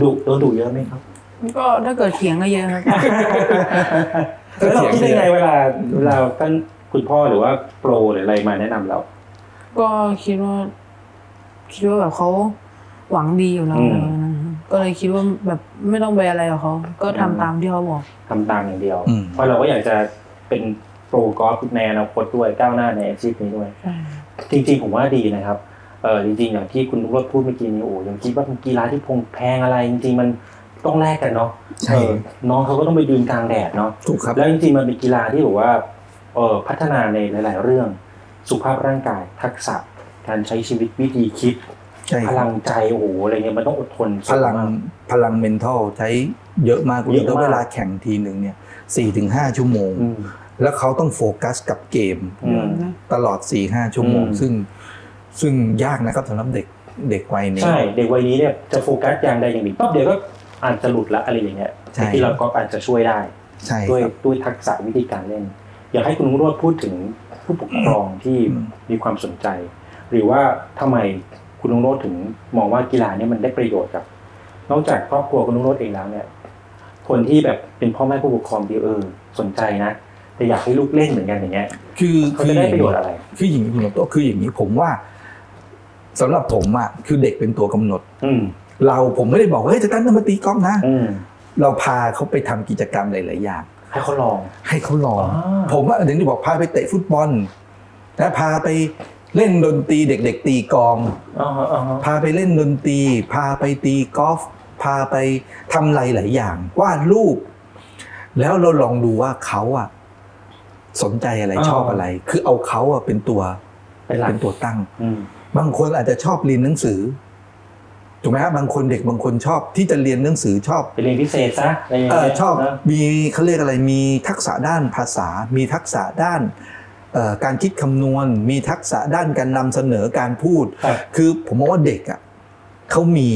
[SPEAKER 5] ดุโดนดุเยอะไหมครับ
[SPEAKER 12] ก็ถ้าเกิดเถียงก็เยอะครับ
[SPEAKER 5] แล้วเราคิดยังไงเวลาเวลาท่านคุณพ่อหรือว่าโปรหรืออะไรมาแนะนำเรา
[SPEAKER 12] ก็คิดว่า คิดว่าแบบเขาหวังดีอยู่แล้ว
[SPEAKER 5] อืม
[SPEAKER 12] อะไรแบบนั้นครับก็เลยคิดว่าแบบไม่ต้องไปอะไรกับเขาก็ทำตามที่เขาบอก
[SPEAKER 5] ทำตามอย่างเดียว เพราะเราก็อยากจะเป็นโปรกอล์ฟในอนาคตด้วยก้าวหน้าในอาชีพนี้ด้วย จริงๆ ผมว่าดีนะครับเออจริงๆอย่างที่คุณนุรสพูดเมื่อกี้นี้โอ้ยังคิดว่าเป็นกีฬาที่พงแพงอะไร จริงๆมันต้องแลกกันเนาะ
[SPEAKER 6] ใช่
[SPEAKER 5] เออน้องเขาก็ต้องไปยืนกลางแดดเนาะ
[SPEAKER 6] ถูกครับ
[SPEAKER 5] แล้วจริงๆมันเป็นกีฬาที่แบบว่าเออพัฒนาในหลาย ๆ เรื่อง สุขภาพร่างกายทักษะ การใช้ชีวิตวิธีคิด
[SPEAKER 6] ใช่
[SPEAKER 5] พ
[SPEAKER 6] ครับ
[SPEAKER 5] ลังใจโอ้โหอะไรเงี้ยมันต้องอดทน
[SPEAKER 6] พ
[SPEAKER 5] สู
[SPEAKER 6] ลัง
[SPEAKER 5] มาก
[SPEAKER 6] พลังเมนทัลใช้เยอะมากเลย
[SPEAKER 5] เยอะมาก
[SPEAKER 6] แล้วเวลาแข่งทีหนึ่งเนี่ยสี่ถึงห้าชั่วโมง
[SPEAKER 5] อืม
[SPEAKER 6] แล้วเขาต้องโฟกัสกับเกม
[SPEAKER 5] อืม
[SPEAKER 6] ตลอดสี่ห้าชั่วโมง
[SPEAKER 5] อืม
[SPEAKER 6] ซึ่งซึ่งยากนะครับสำหรับเด็กเด็กวัยนี้
[SPEAKER 5] ใช่เด็กวัยนี้เนี่ยจะโฟกัสอย่างใดอย่างหนึ่งปั๊บเดี๋ยวก็อ่านจะหลุดละอะไรอย่างเงี้ย
[SPEAKER 6] ใช่
[SPEAKER 5] ที่เราก็อาจจะช่วยได้
[SPEAKER 6] ใช่
[SPEAKER 5] ด้วย
[SPEAKER 6] ครับ
[SPEAKER 5] ด้วยทักษะวิธีการเล่น อยากให้คุณรุ่งโรจน์พูดถึงผู้ปกครองที่มีความสนใจ หรือว่าทำไมคุณรุ่งโรจน์ถึงมองว่ากีฬาเนี่ยมันได้ประโยชน์กับ นอกจากครอบครัวคุณรุ่งโรจน์เองแล้วเนี่ย คนที่แบบเป็นพ่อแม่ผู้ปกครองดีเออสนใจนะแต่อยากให้ลูกเล่นเหมือนกันอย่างเงี้ย
[SPEAKER 6] คือ
[SPEAKER 5] เขาจะได้ประโยชน์อะไร
[SPEAKER 6] คืออย่างนี้ผมตัวคืออย่างนี้ผมว่าสำหรับผมอ่ะคือเด็กเป็นตัวกำหนด
[SPEAKER 5] อืม
[SPEAKER 6] เราผมไม่ได้บอกว่าเฮ้ยจะตั้งนามาตีกอล์ฟนะ
[SPEAKER 5] อืม
[SPEAKER 6] เราพาเขาไปทำกิจกรรมหลาย ๆ อย่าง
[SPEAKER 5] ให้เขาลอง
[SPEAKER 6] ให้เขาลอง
[SPEAKER 5] อ่า
[SPEAKER 6] ผมว่าเดี๋ยวนี้บอกพาไปเตะฟุตบอลนะพาไปเล่นดนตรีเด็ก ๆ ตีกลอง
[SPEAKER 5] อ๋อฮะอ๋อฮะ
[SPEAKER 6] พาไปเล่นดนตรี พาไปตีกอล์ฟพาไปทำอะไรหลายอย่างวาดรูป แล้วเราลองดูว่าเขาอะสนใจอะไรชอบอะไร คือเอาเขาอะเป็นตัว
[SPEAKER 5] เป็นหลัก
[SPEAKER 6] เป็นตัวตั้ง
[SPEAKER 5] อืม
[SPEAKER 6] บางคนอาจจะชอบเรียนหนังสือถูกไหมฮะบางคนเด็กบางคนชอบที่จะเรียนหนังสือชอบ
[SPEAKER 5] ไปเรียนพิเศษซะอะไรอย่าง
[SPEAKER 6] เอ
[SPEAKER 5] เงี้
[SPEAKER 6] อย ชอบ
[SPEAKER 5] นะ
[SPEAKER 6] มีเขาเรียกอะไรมีทักษะด้านภาษา มีทักษะด้านเอ่อการคิดคำนวณ มีทักษะด้านการนำเสนอการพูด
[SPEAKER 5] ครับ
[SPEAKER 6] คือผมมองว่าเด็กอ่ะเขามี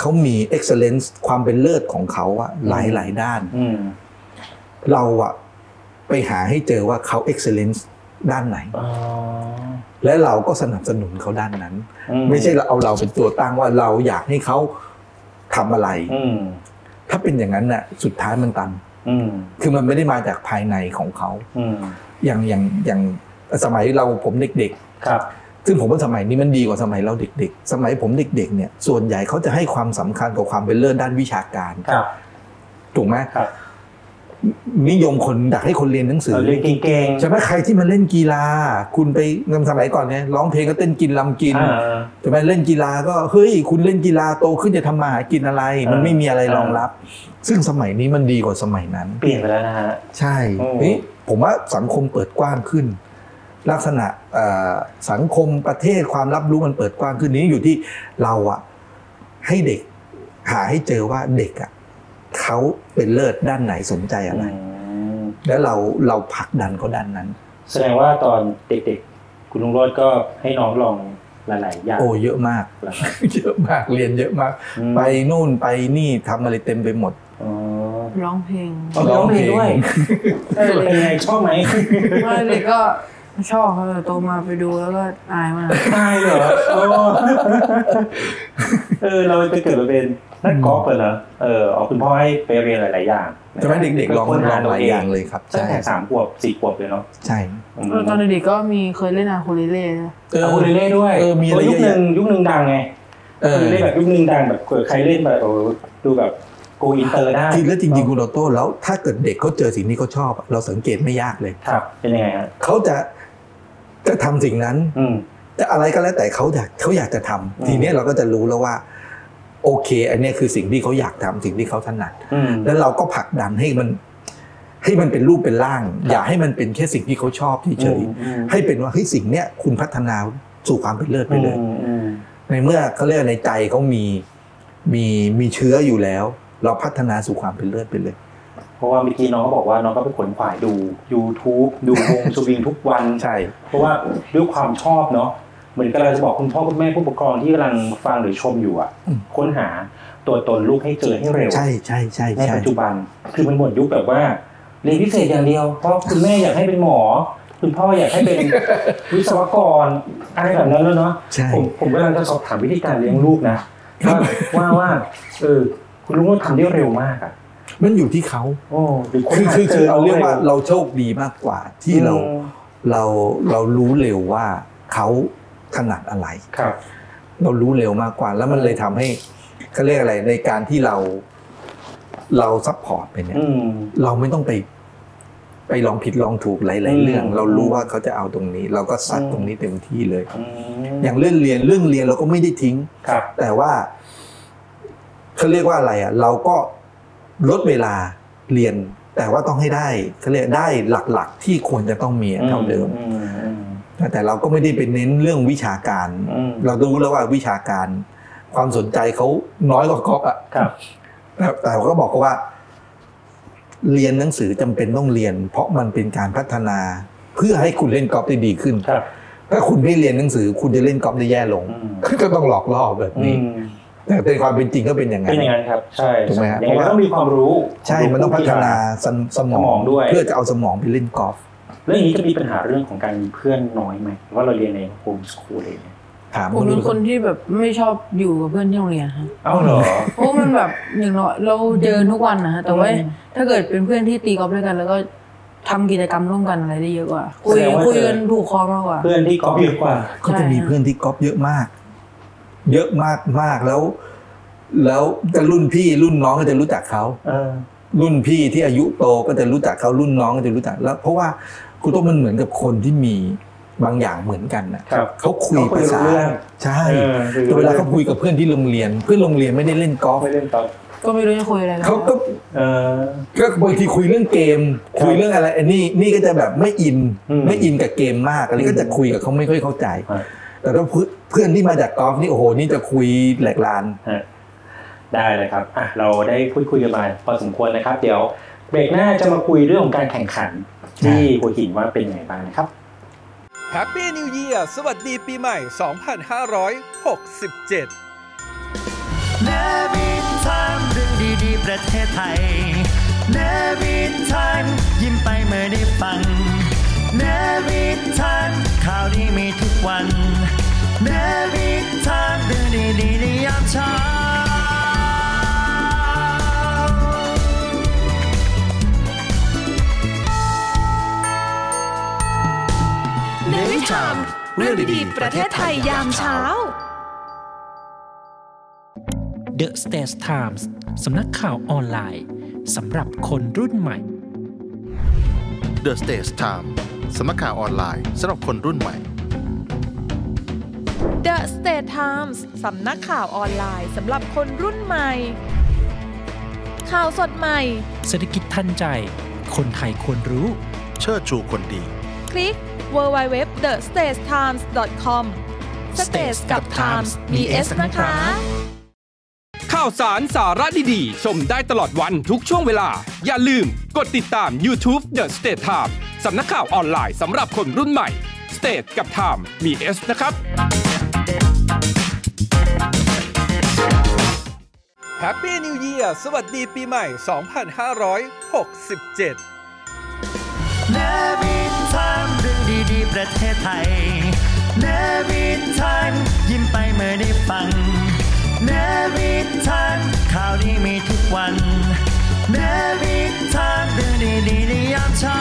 [SPEAKER 6] เขามี excellence ความเป็นเลิศของเขาอ่ะหลายหลายด้าน
[SPEAKER 5] อืม
[SPEAKER 6] เราอ่ะไปหาให้เจอว่าเขา excellence ด้านไหน
[SPEAKER 5] อ๋อ
[SPEAKER 6] และเราก็สนับสนุนเขาด้านนั้น
[SPEAKER 5] อื
[SPEAKER 6] ไม่ใช่เราเอาเราเป็นตัวตั้งว่าเราอยากให้เขาทำอะไร
[SPEAKER 5] อืม
[SPEAKER 6] ถ้าเป็นอย่างนั้นน่ะสุดท้ายมันตัน
[SPEAKER 5] อืม
[SPEAKER 6] คือมันไม่ได้มาจากภายในของเขา
[SPEAKER 5] อืม
[SPEAKER 6] อย่างอย่างอย่างสมัยเราผมเด็ก
[SPEAKER 5] ครับ
[SPEAKER 6] ๆ ซึ่งผมว่าสมัยนี้มันดีกว่าสมัยเราเด็ก ๆ สมัยผมเด็กๆเนี่ยส่วนใหญ่เขาจะให้ความสำคัญกับความเป็นเลิศด้านวิชาการ
[SPEAKER 5] ครับ
[SPEAKER 6] ถูกไหม
[SPEAKER 5] ครับ
[SPEAKER 6] นิยมคนดักให้คนเรียนหนังสือ
[SPEAKER 5] เออเรียนเก่งๆ
[SPEAKER 6] ใช่ไหมใครที่มาเล่นกีฬา คุณไปเงินสมัยก่อนเนี่ยร้องเพลงก็เต้นกินลำกิน
[SPEAKER 5] อ่า
[SPEAKER 6] ใช่ไหมเล่นกีฬาก็เฮ้ยคุณเล่นกีฬาโตขึ้นจะทำมาหากินอะไร มัน
[SPEAKER 5] อ่า
[SPEAKER 6] ไม่มีอะไรรองรับ ซึ่งสมัยนี้มันดีกว่าสมัยนั้น
[SPEAKER 5] เปลี่ยนไปแล้วนะฮะ
[SPEAKER 6] ใช่
[SPEAKER 5] โอ้
[SPEAKER 6] นี่ผมว่าสังคมเปิดกว้างขึ้น ลักษณะเอ่อสังคมประเทศความรับรู้มันเปิดกว้างขึ้นนี้อยู่ที่เราอะให้เด็กหาให้เจอว่าเด็กอะเขาเป็นเลิศด้านไหนสนใจอะไร
[SPEAKER 5] อืม
[SPEAKER 6] แล้วเราเราผลักดันเขาด้านนั้น
[SPEAKER 5] แสดงว่าตอนเด็กๆ คุณลุงโรดก็ให้น้องลอง หลายๆอย่าง
[SPEAKER 6] โอ้เยอะมาก เยอะมากเรียนเยอะมาก ไปนู่นไปนี่ทำอะไรเต็มไปหมด
[SPEAKER 12] ร้องเพลง
[SPEAKER 6] เอาไปร้องเพลงด้วย
[SPEAKER 5] เป็นไงชอบไหม
[SPEAKER 12] ไม่เลยก็ชอบเขาแต่โตมาไปดูแล้วก็อายมาก
[SPEAKER 5] อายเหรอ เออเราไปเกิดมาเป็นนักกอล์ฟเหรอเออเอาคุณพ่อให้ไปเรียนหลาย ๆ อย่าง
[SPEAKER 6] ใช่ไหมเด็กๆลอง
[SPEAKER 5] ป็นคน
[SPEAKER 6] ลองหลายอย่างเลยครับ
[SPEAKER 5] ตั้งแต่
[SPEAKER 6] ใช่
[SPEAKER 5] สามขวบสี่ขวบเลยเนาะ
[SPEAKER 6] ใช่
[SPEAKER 12] เออตอนเด็กๆก็มีเคยเล่นอะคูเลเล่นะ
[SPEAKER 5] เอาคุณเล่ด้วย
[SPEAKER 6] เออมีอะไร
[SPEAKER 5] ยุค
[SPEAKER 6] เย
[SPEAKER 5] ห
[SPEAKER 6] อะ
[SPEAKER 5] นึ่งยุคหนึ่งดังไง
[SPEAKER 6] เออ
[SPEAKER 5] คุณเล่แบบยุคหนึ่งดังแบบเกิดใครเล่นแบบโอ้โหดูแบบโกอินเตอร์ได้
[SPEAKER 6] จริงแล้วจริงๆคุณโอโต้แล้วถ้าเกิดเด็กเขาเจอสิ่งที่เขาชอบอะเราสังเกตไม่ยากเลย
[SPEAKER 5] ครับเป็นยังไงฮะ
[SPEAKER 6] เขาจะจะทำสิ่งนั้นแต่อะไรก็แล้วแต่เขาอยากเขาอยากจะทำ
[SPEAKER 5] อืม
[SPEAKER 6] ทีเนี้ยเราก็จะรู้แล้วว่า โอเค อันเนี้ยคือสิ่งที่เขาอยากทำสิ่งที่เขาถนัด
[SPEAKER 5] อืม
[SPEAKER 6] แล้วเราก็ผลักดันให้มัน ให้มันเป็นรูปเป็นร่าง อย่าให้มันเป็นแค่สิ่งที่เขาชอบเฉย
[SPEAKER 5] อืม
[SPEAKER 6] ๆให้เป็นว่าเฮ้ยสิ่งเนี้ยคุณพัฒนาสู่ความเป็นเลิศไปเลย
[SPEAKER 5] อืมอืม
[SPEAKER 6] ในเมื่อเขาเรียกในใจเขามีมีมีเชื้ออยู่แล้ว เราพัฒนาสู่ความเป็นเลิศไปเลย
[SPEAKER 5] เพราะว่าเมื่อกี้น้องก็บอกว่าน้องก็ไปขวนขวายดู YouTube ดูวงสวิงทุกวัน
[SPEAKER 6] ใช่
[SPEAKER 5] เพราะว่าด้วยความชอบเนาะเหมือนกับเราจะบอกคุณพ่อคุณแม่ผู้ปกครองที่กำลังฟังหรือชมอยู่อ่ะ
[SPEAKER 6] อืม
[SPEAKER 5] ค้นหาตัวตนลูกให้เจอให้เร็ว
[SPEAKER 6] ใช่ใช่ใช่
[SPEAKER 5] ใน
[SPEAKER 6] ใช่
[SPEAKER 5] ปัจจุบัน คือมันหมดยุคแบบว่าเรียนพิเศษอย่างเดียวเพราะคุณแม่อยากให้เป็นหมอ คุณพ่ออยากให้เป็น วิศวกรอะไรแบบนั้นแล้วเนาะ
[SPEAKER 6] ใช่
[SPEAKER 5] ผมผมกำลังจะสอบถามวิธีการเลี้ยงลูกนะว่าว่าว่าเออคุณลุงก็ทำได้เร็วมากอ่ะ
[SPEAKER 6] มันอยู่ที่เขา
[SPEAKER 5] โอ้หรือ
[SPEAKER 6] คือคือคือ
[SPEAKER 5] ห
[SPEAKER 6] เอาเรียกว่า
[SPEAKER 5] ร็
[SPEAKER 6] เราโชคดีมากกว่าที่เรา
[SPEAKER 5] อืม
[SPEAKER 6] เราเรารู้เร็วว่าเขาถนัดอะไร
[SPEAKER 5] ครับ
[SPEAKER 6] เรารู้เร็วมากกว่า แล้วมันเลยทำให้เขาเรียกอะไรในการที่เราเราซัพพอร์ตไปเนี่ย
[SPEAKER 5] อืม
[SPEAKER 6] เราไม่ต้องไป ไปลองผิดลองถูกหลาย ๆ เรื่อง
[SPEAKER 5] อืม
[SPEAKER 6] เรารู้ว่าเขาจะเอาตรงนี้ เราก็ซัดตรงนี้เต็มที่เลย
[SPEAKER 5] อืม
[SPEAKER 6] อย่างเรื่องเรียนเรื่องเรียนเราก็ไม่ได้ทิ้ง
[SPEAKER 5] ครับ
[SPEAKER 6] แต่ว่าเขาเรียกว่าอะไรอ่ะ เราก็ลดเวลาเรียน แต่ว่าต้องให้ได้เขาเรียกได้หลักๆ ที่ควรจะต้องมีเท่าเดิม
[SPEAKER 5] อืมอืม
[SPEAKER 6] แต่เราก็ไม่ได้ไปเน้นเรื่องวิชาการ
[SPEAKER 5] อืม
[SPEAKER 6] เรารู้แล้วว่าวิชาการ ความสนใจเขาน้อยกว่ากอกอ่ะ
[SPEAKER 5] ครับ
[SPEAKER 6] แต่แต่ก็บอกว่า เรียนหนังสือจำเป็นต้องเรียน เพราะมันเป็นการพัฒนา เพื่อให้คุณเล่นกอล์ฟได้ดีขึ้น
[SPEAKER 5] ครับ
[SPEAKER 6] ถ้าคุณไม่เรียนหนังสือ คุณจะเล่นกอล์ฟได้แย่ลง
[SPEAKER 5] อืม
[SPEAKER 6] ก็ต้องหลอกล่อแบบ
[SPEAKER 5] อื
[SPEAKER 6] นี้
[SPEAKER 5] ม
[SPEAKER 6] แต่ในความเป็นจริงก็เป็นอย่างนั้
[SPEAKER 5] เป็น
[SPEAKER 6] น
[SPEAKER 5] อย่างนั้นครับ ใช่
[SPEAKER 6] ถูกไหมฮะ
[SPEAKER 5] ยังไง
[SPEAKER 6] เพราะว่า
[SPEAKER 5] ก็ต้องมีความรู้
[SPEAKER 6] ใช่ มันต้องพัฒนาสมสม
[SPEAKER 5] สม
[SPEAKER 6] อ
[SPEAKER 5] อง งด้วย
[SPEAKER 6] เพื่อจะเอาสมองไปเล่นกอล์ฟ
[SPEAKER 5] เรื่องนี้จะมีปัญหาเรื่องของการมีเพื่อนน้อยไหมว่าเราเรียนในโฮมสคูลอะไรอย่างเลย
[SPEAKER 6] ถาม
[SPEAKER 12] ผม
[SPEAKER 6] ดู
[SPEAKER 12] เป็นคนที่แบบไม่ชอบอยู่กับเพื่อนที่โรงเรียนฮะ
[SPEAKER 5] เอ้าเหรอ
[SPEAKER 12] เพราะมันแบบอย่างน้อยเราเจอทุกวันนะฮะแต่ว่าถ้าเกิดเป็นเพื่อนที่ตีกอล์ฟด้วยกัน แล้วก็ทำกิจกรรมร่วมกันอะไรได้เยอะกว่าคุย
[SPEAKER 5] แสดงว่า
[SPEAKER 12] คุย
[SPEAKER 5] เจอ
[SPEAKER 12] กันถูกคอมากกว่า
[SPEAKER 5] เพื่อนที่ก๊อปเยอะกว่า
[SPEAKER 6] เขาจะมีเพื่อนที่กอล์ฟเยอะมาก เยอะมากมากแล้ว แล้วจะรุ่นพี่รุ่นน้องก็จะรู้จักเขา
[SPEAKER 5] เออ
[SPEAKER 6] รุ่นพี่ที่อายุโตก็จะรู้จักเขารุ่นน้องก็จะรู้จักแล้ว เพราะว่าครูโต้มันเหมือนกับคนที่มีบางอย่างเหมือนกันนะครับ เขาคุยภาษา
[SPEAKER 5] เขาคุยรู้เรื่อง
[SPEAKER 6] ใช่
[SPEAKER 5] เออคุยรู้
[SPEAKER 6] แต่เวลาเขา
[SPEAKER 5] เรื่อง
[SPEAKER 6] คุยกับเพื่อนที่โรงเรียน เพื่อนโรงเรียนไม่ได้เล่นกอล์ฟ
[SPEAKER 5] ไม่เล่นตอน
[SPEAKER 12] ก็ไม่รู้จะคุยอะไรแล้ว
[SPEAKER 6] เขาก็
[SPEAKER 5] เออ
[SPEAKER 6] ก็บางทีคุยเรื่องเกม
[SPEAKER 5] ครับ
[SPEAKER 6] คุยเรื่องอะไรไอ้นี่นี่ก็จะแบบไม่อิน
[SPEAKER 5] อืม
[SPEAKER 6] ไม่อินกับเกมมากอะไรก็จะคุยกับเขาไม่ค่อยเข้าใจ
[SPEAKER 5] ครับ
[SPEAKER 6] แต่ถ้าเพื่อนเพื่อนที่มาจากกอล์ฟนี่โอ้โหนี่จะคุยแหลกลาน
[SPEAKER 5] ฮะได้เลยครับอ่ะเราได้พูดคุยกันมาพอสมควรนะครับ เดี๋ยวเบรกหน้าจะมาคุยเรื่องของการแข่งขัน ที่หัวหินว่าเป็นยังไงบ้างนะครับ
[SPEAKER 3] Happy New Year สวัสดีปีใหม่ 2567
[SPEAKER 4] เนวิดทามเรื่องดีๆ ประเทศไทยเนวิดทามยิ้มไปเมื่อได้ฟังเนวิดทามข่าวดีมีทุกวันเนวิดทามเรื่องดีๆในยามเช้า
[SPEAKER 1] เนวิชามเรื่องดีๆ ประเทศไทยยามเช้า
[SPEAKER 13] The States Times สำนักข่าวออนไลน์สำหรับคนรุ่นใหม่
[SPEAKER 2] The Stage Time สำนักข่าวออนไลน์สำหรับคนรุ่นใหม่
[SPEAKER 1] The State Times สำนักข่าวออนไลน์สำหรับคนรุ่นใหม่ ข่าวสดใหม่
[SPEAKER 13] เศรษฐกิจทันใจ คนไทยควรรู้
[SPEAKER 2] เชิดชูคนดี
[SPEAKER 1] คลิก www.thestagetimes.com Stage กับ Times มี S นะคะ
[SPEAKER 3] ข่าวสารสาระดีๆ ชมได้ตลอดวันทุกช่วงเวลา อย่าลืมกดติดตาม YouTube The State Time สำนักข่าวออนไลน์สำหรับคนรุ่นใหม่ State กับ Time มี S นะครับ Happy New Year สวัสดีปีใหม่ 2567
[SPEAKER 4] เนวินไทม์เรื่องดีๆ ประเทศไทยเนวินไทม์ยิ้มไปเมื่อได้ฟังเนวินไทม์ข่าวดีมีทุกวันเนวินไทม์เรื่องดีๆในยามเช้า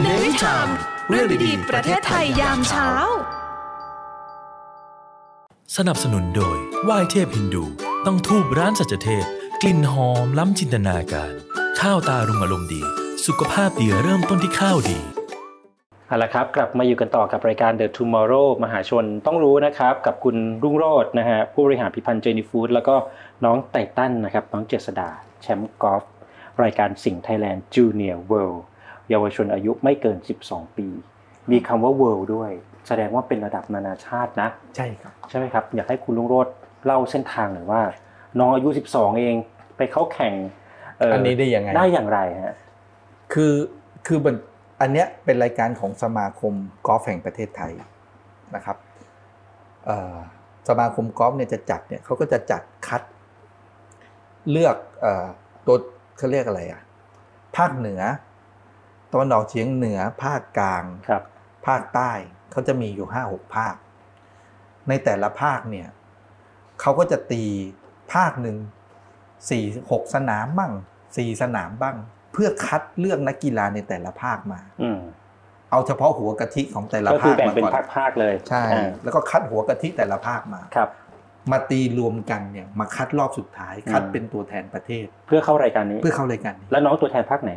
[SPEAKER 1] เนวิชามเรื่องดีๆ ประเทศไทยยามเช้า
[SPEAKER 9] สนับสนุนโดยไหว้เทพฮินดู ต้องทูบร้านสัจเทพ กลิ่นหอมล้ำจินตนาการ ข้าวตารุงอารมณ์ดี สุขภาพดีเริ่มต้นที่ข้าวดี
[SPEAKER 5] เอาละครับกลับมาอยู่กันต่อกับรายการ The Tomorrow มหาชนต้องรู้นะครับกับคุณรุ่งโรจน์นะฮะผู้บริหารพิพันธ์เจนีฟู้ดแล้วก็น้องไตตันนะครับน้องเจษดาแชมป์กอล์ฟรายการสิงห์ไทยแลนด์จูเนียร์เวิลด์เยาวชนอายุไม่เกิน 12 ปี มีคำว่า World ด้วย แสดงว่าเป็นระดับนานาชาตินะ
[SPEAKER 6] ใช่ครับ
[SPEAKER 5] ใช่ไหมครับ อยากให้คุณลุงโรดเล่าเส้นทางหน่อยว่า น้องอายุ 12 เองไปเข้าแข่งเ
[SPEAKER 6] นนี้ได้ยังไง
[SPEAKER 5] ได้อย่างไรฮะ
[SPEAKER 6] คือคือมันอันเนี้ยเป็นรายการของสมาคมกอล์ฟแห่งประเทศไทยนะครับเอ่อสมาคมกอล์ฟเนี่ยจะจัดเนี่ยเขาก็จะจัดคัด เลือกเอ่อตัวเขาเรียกอะไรอะภาคเหนือตะวันออกเฉียงเหนือภาคกลางภาคใต้เขาจะมีอยู่ห้าหกภาค ในแต่ละภาคเนี่ยเขาก็จะตีภาคหนึ่งสี่หกสนามบ้างสี่สนามบ้าง เพื่อคัดเลือกนักกีฬาในแต่ละภาคมา
[SPEAKER 5] อืม
[SPEAKER 6] เอาเฉพาะหัวกะทิของแต่ละ
[SPEAKER 5] ก็คื
[SPEAKER 6] ภา
[SPEAKER 5] อ
[SPEAKER 6] ค
[SPEAKER 5] แบ่ง
[SPEAKER 6] มา
[SPEAKER 5] เป็น
[SPEAKER 6] ก่อน
[SPEAKER 5] ภาคภาคๆเลย
[SPEAKER 6] ใช่
[SPEAKER 5] อ่า
[SPEAKER 6] แล้วก็คัดหัวกะทิแต่ละภาคมา
[SPEAKER 5] ครับ
[SPEAKER 6] มาตีรวมกันเนี่ยมาคัดรอบสุดท้าย
[SPEAKER 5] อืม
[SPEAKER 6] คัดเป็นตัวแทนประเทศ
[SPEAKER 5] เพื่อเข้ารายการนี้
[SPEAKER 6] เพื่อเข้ารายการนี้
[SPEAKER 5] แล้วน้องตัวแทนภาคไหน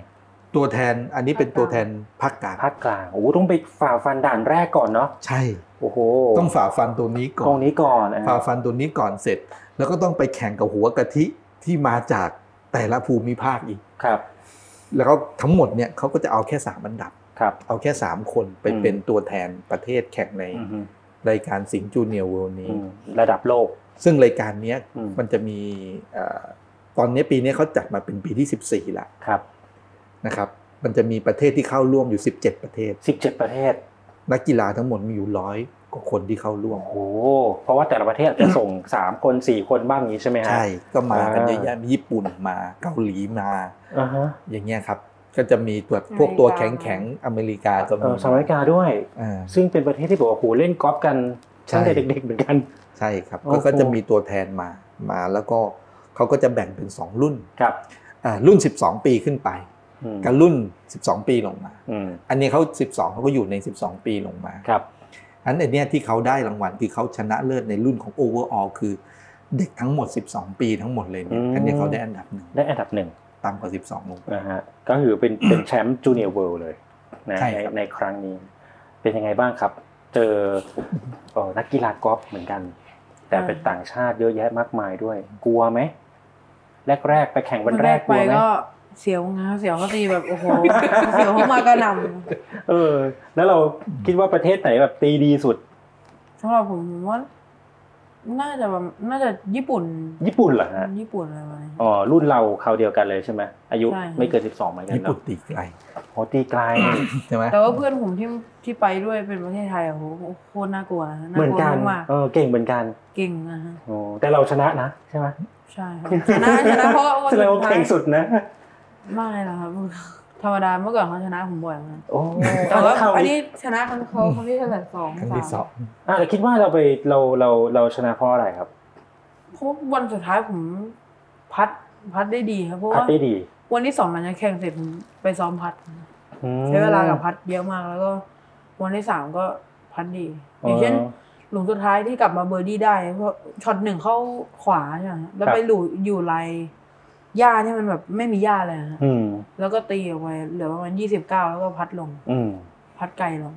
[SPEAKER 6] ตัวแทนอันนี้เป็นตัวแทนภาคกลาง
[SPEAKER 5] ภาคกลางโอ้โหต้องไปฝ่าฟันด่านแรกก่อนเนาะ
[SPEAKER 6] ใช่
[SPEAKER 5] โอ้โห
[SPEAKER 6] ต้องฝ่าฟันตัวนี้ก่อน
[SPEAKER 5] ตรงนี้ก่อนอ่า
[SPEAKER 6] ฝ่าฟันตัวนี้ก่อนเสร็จ แล้วก็ต้องไปแข่งกับหัวกะทิที่มาจากแต่ละภูมิภาคอีก
[SPEAKER 5] ครับ
[SPEAKER 6] แล้วก็ทั้งหมดเนี่ยเขาก็จะเอาแค่สามอันดับ
[SPEAKER 5] ครับ
[SPEAKER 6] เอาแค่สามคนไป
[SPEAKER 5] อืม
[SPEAKER 6] เป็นตัวแทนประเทศแข่งใน
[SPEAKER 5] อือฮึ
[SPEAKER 6] รายการสิงห์จูเนียร์เวิลด์นี้
[SPEAKER 5] ระดับโลก
[SPEAKER 6] ซึ่งรายการเนี้ย
[SPEAKER 5] อืม
[SPEAKER 6] มันจะมีเอ่อตอนเนี้ยปีเนี้ยเขาจัดมาเป็นปีที่ 14 ละ
[SPEAKER 5] ครับ
[SPEAKER 6] นะครับ มันจะมีประเทศที่เข้าร่วมอยู่ 17 ประเทศ
[SPEAKER 5] 17 ประเทศ
[SPEAKER 6] นักกีฬาทั้งหมดมีอยู่ร้อยกว่าคนที่เข้าร่วม
[SPEAKER 5] โอ้โหเพราะว่าแต่ละประเทศจะส่ง 3 คน 4 คนบ้างอย่างนี้ใช่ไหมฮะ
[SPEAKER 6] ใช่ ก็มากันเยอะแยะมีญี่ปุ่นมาเกาหลีมา
[SPEAKER 5] อ่าฮะ
[SPEAKER 6] อย่างเงี้ยครับ ก็จะมีตัวพวกตัวแข็งแข็งๆอเมริกาก็
[SPEAKER 5] เอ
[SPEAKER 6] มี
[SPEAKER 5] อสหรัฐอเมริกาด้วย
[SPEAKER 6] อ่า
[SPEAKER 5] ซึ่งเป็นประเทศที่บอกว่าโอ้โหเล่นกอล์ฟกัน
[SPEAKER 6] ใช่
[SPEAKER 5] ตั้งแต่เด็กๆเหมือนกัน
[SPEAKER 6] ใช่ครับ
[SPEAKER 5] โอ้โห
[SPEAKER 6] ก็ก็จะมีตัวแทนมามาแล้วก็เขาก็จะแบ่งเป็น 2 รุ่น
[SPEAKER 5] ครับ
[SPEAKER 6] อ่ารุ่น 12 ปีขึ้นไป
[SPEAKER 5] อืม
[SPEAKER 6] กับรุ่น 12 ปีลงมา
[SPEAKER 5] อืม
[SPEAKER 6] อันนี้เขา 12เขาก็อยู่ใน 12 ปีลงมา
[SPEAKER 5] ครับ
[SPEAKER 6] อันอันเนี้ยที่เขาได้รางวัลคือเขาชนะเลิศในรุ่นของ overall คือเด็กทั้งหมด 12 ปีทั้งหมดเลยเนี่ย
[SPEAKER 5] อืม
[SPEAKER 6] อันเนี้ยเขาได้อันดับหนึ่ง
[SPEAKER 5] ได้อันดับหนึ่ง
[SPEAKER 6] ต่ำกว่า 12 ลง
[SPEAKER 5] นะฮะก็คือเป็น เป็นแชมป์จูเนียร์เวิลด์เลยนะ
[SPEAKER 6] ใช่
[SPEAKER 5] ใน
[SPEAKER 6] ครับ
[SPEAKER 5] ในครั้งนี้ เป็นยังไงบ้างครับ เจอเอ่อนักกีฬากอล์ฟเหมือนกัน แต่เป็นต่างชาติเยอะแยะมากมายด้วย กลัวไหมแรกๆไปแข่งวันแรกก
[SPEAKER 12] ไป
[SPEAKER 5] ลัวไหม
[SPEAKER 12] ก็เสียวงาเสียวเขาตีแบบ โอ้โห เสียวเขามากระหน่
[SPEAKER 5] เออ แล้วเราคิดว่าประเทศไหนแบบตีดีสุด
[SPEAKER 12] ำสำหรับผมผมว่าน่าจะแบบน่าจะญี่ปุ่น
[SPEAKER 5] ญี่ปุ่นเหรอฮะ
[SPEAKER 12] ญี่ปุ่นอะไรประมาณนี้
[SPEAKER 5] อ๋อรุ่นเราคราวเดียวกันเลยใช่ไหมอายุ
[SPEAKER 12] ใช่
[SPEAKER 5] ไม่เกินสิบสองเหมือนกัน
[SPEAKER 6] ญี่ปุ่น
[SPEAKER 5] เนาะ
[SPEAKER 6] ตีไกล
[SPEAKER 5] โหตีไกล
[SPEAKER 6] ใช่ไหม
[SPEAKER 12] แต่ว่าเพื่อนผมที่ที่ไปด้วยเป็นประเทศไทยอะโหโคตรน่ากลัวนะ
[SPEAKER 5] เหมื
[SPEAKER 12] น่า
[SPEAKER 5] อน
[SPEAKER 12] กลัว
[SPEAKER 5] กัน
[SPEAKER 12] มาก
[SPEAKER 5] เออเก่งเหมือนกัน
[SPEAKER 12] ๆเก่งนะฮะ
[SPEAKER 5] โอ้แต่เราชนะนะใช่ไหม
[SPEAKER 12] ใช่ครับชนะชนะเพราะว่า
[SPEAKER 5] แสดงว่า
[SPEAKER 12] ท้ย
[SPEAKER 5] เก่งสุดนะ
[SPEAKER 12] ไม่หรอกครับ ธรรมดาเมื่อก่อนเขาชนะผม บ่อยมาก
[SPEAKER 5] โอ้
[SPEAKER 12] แต่ว่า
[SPEAKER 5] แล้วคราวนี้
[SPEAKER 12] อันนี้ชนะครั้งเขาครั้งที่เท่าไหร่สอง
[SPEAKER 6] ครั้ง
[SPEAKER 12] สา
[SPEAKER 6] ที่สอ
[SPEAKER 12] ม
[SPEAKER 6] ง
[SPEAKER 5] อ่ะแต่คิดว่าเราไปเราเราเราชนะเพราะอะไรครับ
[SPEAKER 12] เพราะวันสุดท้ายผมพัดพัดได้ดีครับเพราะ
[SPEAKER 5] พัด
[SPEAKER 12] ว่า
[SPEAKER 5] ได้ดี
[SPEAKER 12] วันที่สองหลังจากแข่งเสร็จผมไปซ้อมพัด
[SPEAKER 5] อืม
[SPEAKER 12] ใช้เวลากับพัดเยอะมากแล้วก็ วันที่สามก็พัดดี
[SPEAKER 5] อ๋อ
[SPEAKER 12] อ
[SPEAKER 5] อย่าง
[SPEAKER 12] เช่นหลุมสุดท้ายที่กลับมาเบอร์ดี้ได้เพราะช็อตหนึ่งเข้าขวาใช่ไหมแล้ว
[SPEAKER 5] ครับ
[SPEAKER 12] ไปหลุอยู่ไรหญ้าที่มันแบบไม่มีหญ้าเลยฮะ
[SPEAKER 5] อืม
[SPEAKER 12] แล้วก็ตีออกไปเหลือประมาณยี่สิบเก้าแล้วก็พัดลง
[SPEAKER 5] อืม
[SPEAKER 12] พัดไกลลง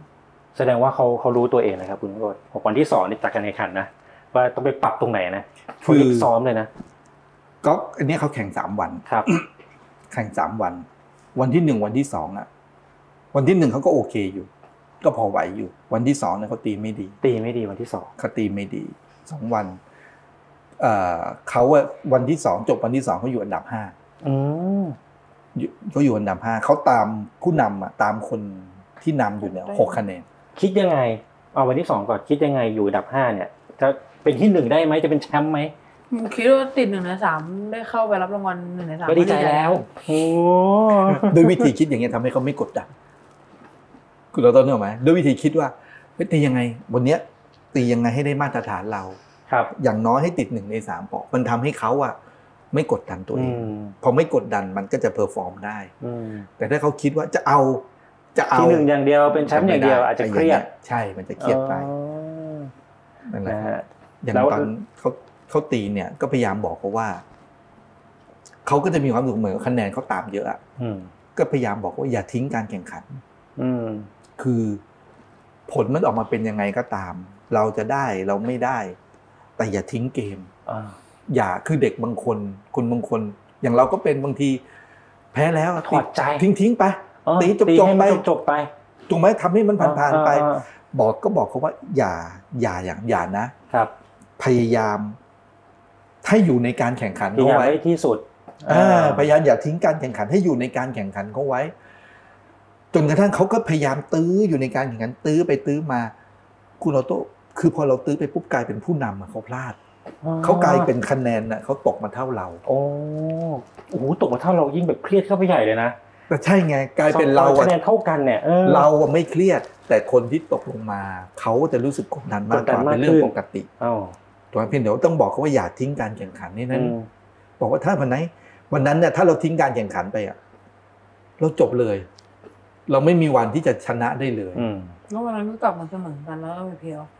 [SPEAKER 5] แสดงว่าเขาเขารู้ตัวเองนะครับ คุณโรดวันที่สองนี่จากการแข่งขันนะว่าต้องไปปรับตรงไหนนะ
[SPEAKER 6] คือ
[SPEAKER 5] ฝึกซ้อมเลยนะ
[SPEAKER 6] ก็อันเนี้ยเขาแข่งสามวัน
[SPEAKER 5] ครับ
[SPEAKER 6] แข่งสามวัน วันที่หนึ่งวันที่สองอ่ะ วันที่หนึ่งเขาก็โอเคอยู่ ก็พอไหวอยู่ วันที่สองเนี่ยเขาตีไม่ดี
[SPEAKER 5] ตีไม่ดีวันที่สอง
[SPEAKER 6] เขาตีไม่ดีสองวันเอ่อเขาอะวันที่สองจบวันที่สองเขาอยู่อันดับห้า
[SPEAKER 5] อืม
[SPEAKER 6] อยู่เขาอยู่อันดับห้าเขาตามผู้นำอะตามคนที่นำอยู่เนี่ยหกคะแนน
[SPEAKER 5] คิดยังไง เอาวันที่สองก่อนคิดยังไงอยู่อันดับห้าเนี่ย จะเป็นที่หนึ่งได้ไหมจะเป็นแชมป์ไหม
[SPEAKER 12] คิดว่าติดหนึ่งในสามได้เข้าไปรับรางวัลหนึ่งในสาม
[SPEAKER 5] ก็ดีใจแล้วโอ้
[SPEAKER 6] ด้วยวิธีคิดอย่างเงี้ยทำให้เขาไม่กดดันคุณเราต้นเหรอไหมด้วยวิธีคิดว่าเฮ้ยตียังไง วันเนี้ยตียังไงให้ได้มาตรฐานเรา
[SPEAKER 5] ครับ
[SPEAKER 6] อย่างน้อยให้ติดหนึ่งในสามพอมันทำให้เขาอะไม่กดดันตัวเอง
[SPEAKER 5] อืม
[SPEAKER 6] พอไม่กดดันมันก็จะเพอร์ฟอร์มได้
[SPEAKER 5] อืม
[SPEAKER 6] แต่ถ้าเขาคิดว่าจะเอาจะเอา
[SPEAKER 5] ที่หนึ่งอย่างเดียวเป็นแชมป์อย่างเดียว
[SPEAKER 6] ไ
[SPEAKER 5] อาจจะเครียด
[SPEAKER 6] ใช่มันจะเครียดไป
[SPEAKER 5] อ๋อ
[SPEAKER 6] นั่นแหละ
[SPEAKER 5] นะฮะ
[SPEAKER 6] อย่าง
[SPEAKER 5] แล้ว
[SPEAKER 6] ตอนเขาเขาตีเนี่ย ก็พยายามบอกเขาว่าเขาก็จะมีความรู้สึกเหมือนคะแนนเขาตามเยอะอะ
[SPEAKER 5] อืม
[SPEAKER 6] ก็พยายามบอกว่าอย่าทิ้งการแข่งขัน
[SPEAKER 5] อืม
[SPEAKER 6] คือผลมันออกมาเป็นยังไงก็ตาม เราจะได้เราไม่ได้ แต่อย่าทิ้งเกม
[SPEAKER 5] อ่า
[SPEAKER 6] อย่าคือเด็กบางคนคนบางคน อย่างเราก็เป็นบางที แพ้แล้ว
[SPEAKER 5] ถอดใจ
[SPEAKER 6] ทิ้งทิ้งไป
[SPEAKER 5] เออ
[SPEAKER 6] ตีจบ
[SPEAKER 5] ตี
[SPEAKER 6] จบ
[SPEAKER 5] ให้
[SPEAKER 6] ไป
[SPEAKER 5] มันจบไป
[SPEAKER 6] ถูกไหมทำให้มันผ่านผ่านๆไป
[SPEAKER 5] อ่าอ่า
[SPEAKER 6] บอกก็บอกเขาว่า อย่าอย่าอย่างอย่านะ
[SPEAKER 5] ครับ
[SPEAKER 6] พยายามให้อยู่ในการแข่งขัน
[SPEAKER 5] พยา
[SPEAKER 6] เขา
[SPEAKER 5] ยาม
[SPEAKER 6] ไว้
[SPEAKER 5] ให้ที่สุด
[SPEAKER 6] อ่าพยายามอย่าทิ้งการแข่งขันให้อยู่ในการแข่งขันเขาไว้ จนกระทั่งเขาก็พยายามตื้ออยู่ในการแข่งขันตื้อไปตื้อมา คุณโอโต้คือพอเราตื้อไปปุ๊บกลายเป็นผู้นำอะเขาพลาด
[SPEAKER 5] อ๋อ
[SPEAKER 6] เขากลายเป็นคะแนนนะเขาตกมาเท่าเรา
[SPEAKER 5] โอ้โอ้โหตกมาเท่าเรายิ่งแบบเครียดเข้าไปใหญ่เลยนะ
[SPEAKER 6] แต่ใช่ไงกลายเป็นเรา
[SPEAKER 5] สอง
[SPEAKER 6] อะ
[SPEAKER 5] คะแนนเท่ากันเนี่ยออ
[SPEAKER 6] เราอะไม่เครียด แต่คนที่ตกลงมาเขาจะรู้สึกกดดันมากก
[SPEAKER 5] กดดั
[SPEAKER 6] ว่า
[SPEAKER 5] นาก
[SPEAKER 6] มเป็นเรื่อง
[SPEAKER 5] ขึ้น
[SPEAKER 6] ปกติ
[SPEAKER 5] อ้าว
[SPEAKER 6] ถูกไหมเพียงเดี๋ยวาต้องบอกเขาว่าอย่าทิ้งการแข่งขันนี่นั้น
[SPEAKER 5] อืม
[SPEAKER 6] บอกว่าถ้าวันไหนวันนั้นเนี่ยถ้าเราทิ้งการแข่งขันไปอะเราจบเลย เราไม่มีวันที่จะชนะได้เลย
[SPEAKER 5] อืม
[SPEAKER 12] แล้ววันนั้นก็กลับมาเสมอกันแล้วก็ไปเพลย์ออฟ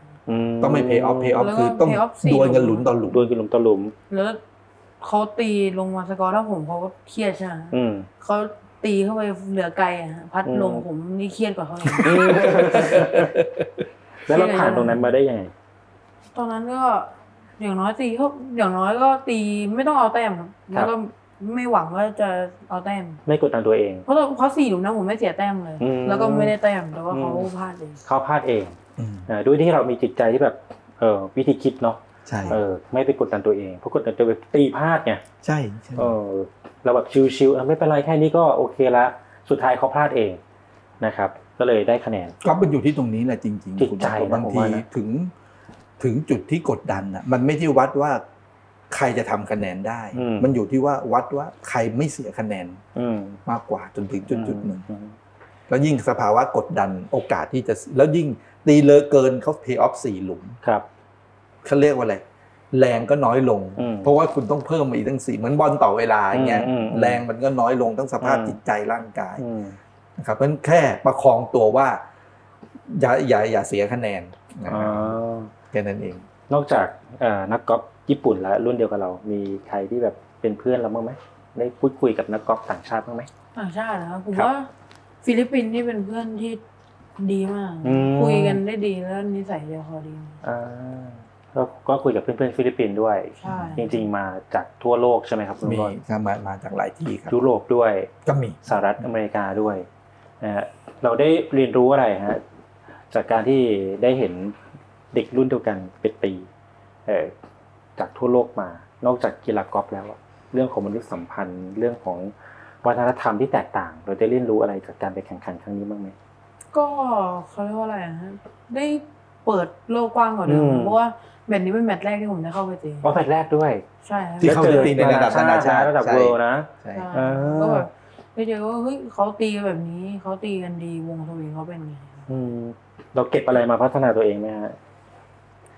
[SPEAKER 6] ต้องไม่ pay off pay off
[SPEAKER 12] แล้วก็
[SPEAKER 6] คือต้อง
[SPEAKER 12] pay off สี่
[SPEAKER 6] ดวลกัน
[SPEAKER 12] ห
[SPEAKER 6] ห
[SPEAKER 12] ลุ
[SPEAKER 6] ลุ
[SPEAKER 12] ม
[SPEAKER 6] มต่อหลุม
[SPEAKER 5] ดวลกันหลุมต่อหลุม
[SPEAKER 12] แล้วเขาตีลงมาสกอร์ถ้าผมเขาก็เครียดใช่ไหมฮะ
[SPEAKER 5] อืม
[SPEAKER 12] เขาตีเข้าไปเหลือไกลอะฮะพัดลม
[SPEAKER 5] อืม
[SPEAKER 12] ผมนี่เครียดกว่าเขาเลย
[SPEAKER 5] แล้วเราผ่านตรงนั้นมาได้ยังไง
[SPEAKER 12] ตอนนั้นก็อย่างน้อยตีเขาอย่างน้อยก็ตีไม่ต้องเอาแต้มครับ
[SPEAKER 5] ครั
[SPEAKER 12] แล้
[SPEAKER 5] บ
[SPEAKER 12] วก็ไม่หวังว่าจะเอาแต้ม
[SPEAKER 5] ไม่กดดันตัวเอง
[SPEAKER 12] เพราะเราเพราะสี่หลุมนะผมไม่เสียแต้มเลย
[SPEAKER 5] อืม
[SPEAKER 12] แล้วก็ไม่ได้แต้มแต่ว่าเขา
[SPEAKER 5] อืม
[SPEAKER 12] พลาดเอง
[SPEAKER 5] เขาพลาดเองอ่าด้วยที่เรามีจิตใจที่แบบเออวิธีคิดเนาะ
[SPEAKER 6] ใช่
[SPEAKER 5] เออ ไม่ไปกดดันตัวเองเพราะกดดันตัวเองตีพลาดไง
[SPEAKER 6] ใช่ใช่
[SPEAKER 5] เออเราแบบชิวๆเออไม่เป็นไรแค่นี้ก็โอเคละสุดท้ายเขาพลาดเองนะครับ ก็เลยได้คะแนน
[SPEAKER 6] ก็มันอยู่ที่ตรงนี้แหละจริง
[SPEAKER 5] จิ
[SPEAKER 6] ๆ
[SPEAKER 5] ต
[SPEAKER 6] คุณ
[SPEAKER 5] ใจนะ
[SPEAKER 6] บาง
[SPEAKER 5] ผม
[SPEAKER 6] ที
[SPEAKER 5] ว่านะ
[SPEAKER 6] ถึงถึงจุดที่กดดันอ่ะ มันไม่ใช่วัดว่าใครจะทำคะแนนได้
[SPEAKER 5] อืม
[SPEAKER 6] มันอยู่ที่ว่าวัดว่าใครไม่เสียคะแนน
[SPEAKER 5] อืม
[SPEAKER 6] มากกว่าจนถึงจุดจุดๆหนึ่ง
[SPEAKER 5] อืม
[SPEAKER 6] แล้วยิ่งสภาวะกดดันโอกาสที่จะแล้วยิ่งตีเลอะเกินเขา pay off สี่หลุม
[SPEAKER 5] ครับ
[SPEAKER 6] เขาเรียกว่าอะไรแรงก็น้อยลง
[SPEAKER 5] อืม
[SPEAKER 6] เพราะว่าคุณต้องเพิ่มมาอีกตั้งสี่เหมือนบอลต่อเวลาอย่างเงี้ย
[SPEAKER 5] อืมอืมอืม
[SPEAKER 6] แรงมันก็น้อยลงทั้งสภาพ
[SPEAKER 5] อืม
[SPEAKER 6] จิตใจร่างกาย
[SPEAKER 5] อืม
[SPEAKER 6] นะครับเพราะฉะนั้นแค่ประคองตัวว่า อย่าอย่าอย่าเสียคะแนนนะ
[SPEAKER 5] อ๋
[SPEAKER 6] ครับ
[SPEAKER 5] อ
[SPEAKER 6] แค่นั้นเอง
[SPEAKER 5] นอกจากเอ่อนักกอล์ฟญี่ปุ่นแล้วรุ่นเดียวกับเรา มีใครที่แบบเป็นเพื่อนเราบ้างไหมได้พูดคุยกับนักกอล์ฟต่างชาติบ้างไหม
[SPEAKER 12] ต่างชาตินะครับผม
[SPEAKER 5] ครับ
[SPEAKER 12] ว่าฟิลิปปินส์นี่เป็นเพื่อนที่ดีมาก
[SPEAKER 5] อืม
[SPEAKER 12] คุยกันได้ดีแล้วนิสัยเดียวเขาดีมาก
[SPEAKER 5] อ่าก็ก็คุยกับเพื่อนๆฟิลิปปินส์ด้วย
[SPEAKER 12] ใช่
[SPEAKER 5] จริงๆมาจากทั่วโลกใช่ไหมครับคุณ
[SPEAKER 6] มี
[SPEAKER 5] บอล
[SPEAKER 6] ครับมามาจากหลายที่ครับ
[SPEAKER 5] ยุโรปด้วย
[SPEAKER 6] ก็มี
[SPEAKER 5] สหรัฐอเมริกาด้วยนะฮะเราได้เรียนรู้อะไรฮะจากการที่ได้เห็นเด็กรุ่นเดียวกันเป็นปีเอ่อจากทั่วโลกมา นอกจากกีฬากอล์ฟแล้วอะเรื่องของมนุษยสัมพันธ์เรื่องของวัฒนธรรมที่แตกต่าง เราได้เรียนรู้อะไรจากการไปแข่งขันครั้งนี้บ้างไหม
[SPEAKER 12] ก็เขาเรียกว่าอะไรอะฮะได้เปิดโลกกว้างกว่าเดิ
[SPEAKER 5] อื
[SPEAKER 12] ม
[SPEAKER 5] ม
[SPEAKER 12] เพราะว่าแมตช์นี้เป็นแมตช์แรกที่ผมได้เข้าไปตี
[SPEAKER 5] อ๋อแมตช์แรกด้วย
[SPEAKER 12] ใช่ครับ
[SPEAKER 6] ที่เข้าไปตีในระดับนานาชาติ
[SPEAKER 5] ระดับ
[SPEAKER 6] ใช่
[SPEAKER 5] เวิลด์นะ
[SPEAKER 6] ใช่
[SPEAKER 5] เออ
[SPEAKER 12] ก็แบบไปเจอว่าเฮ้ยเขาตีแบบนี้เขาตีกันดีวงสวิงเขาเป็นไง
[SPEAKER 5] อืมเราเก็บอะไรมาพัฒนาตัวเองไหมฮะ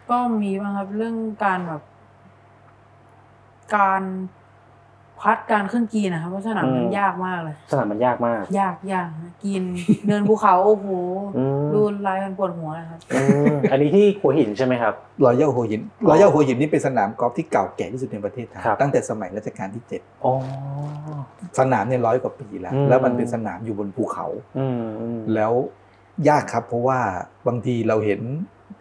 [SPEAKER 12] ก็มีบ้างครับเรื่องการแบบ การพัดการขึ้นกรีนนะครับเพราะสนามมั
[SPEAKER 5] อื
[SPEAKER 12] น
[SPEAKER 5] ม
[SPEAKER 12] ยากมากเลย
[SPEAKER 5] สนามมันยากมาก
[SPEAKER 12] ยากยากนะกรีน เดินภูเขาโอ้โห
[SPEAKER 5] อืม
[SPEAKER 12] ดูลายมันปวดหัวนะครับ
[SPEAKER 5] อืมอันนี้ที่หัวหินใช่ไหมครับ
[SPEAKER 6] รอยย่าหัวหินรอยย่าหัวหินนี่เป็นสนามกอล์ฟที่เก่าแก่ที่สุดในประเทศไทย
[SPEAKER 5] ครับ
[SPEAKER 6] ตั้งแต่สมัยรัชกาลที่เจ็ด
[SPEAKER 5] อ๋อ
[SPEAKER 6] สนามเนี่ยร้อยกว่าปีแล้ว
[SPEAKER 5] อืม
[SPEAKER 6] แล้วมันเป็นสนามอยู่บนภูเขา
[SPEAKER 5] อืมอืม
[SPEAKER 6] แล้วยากครับ เพราะว่าบางทีเราเห็น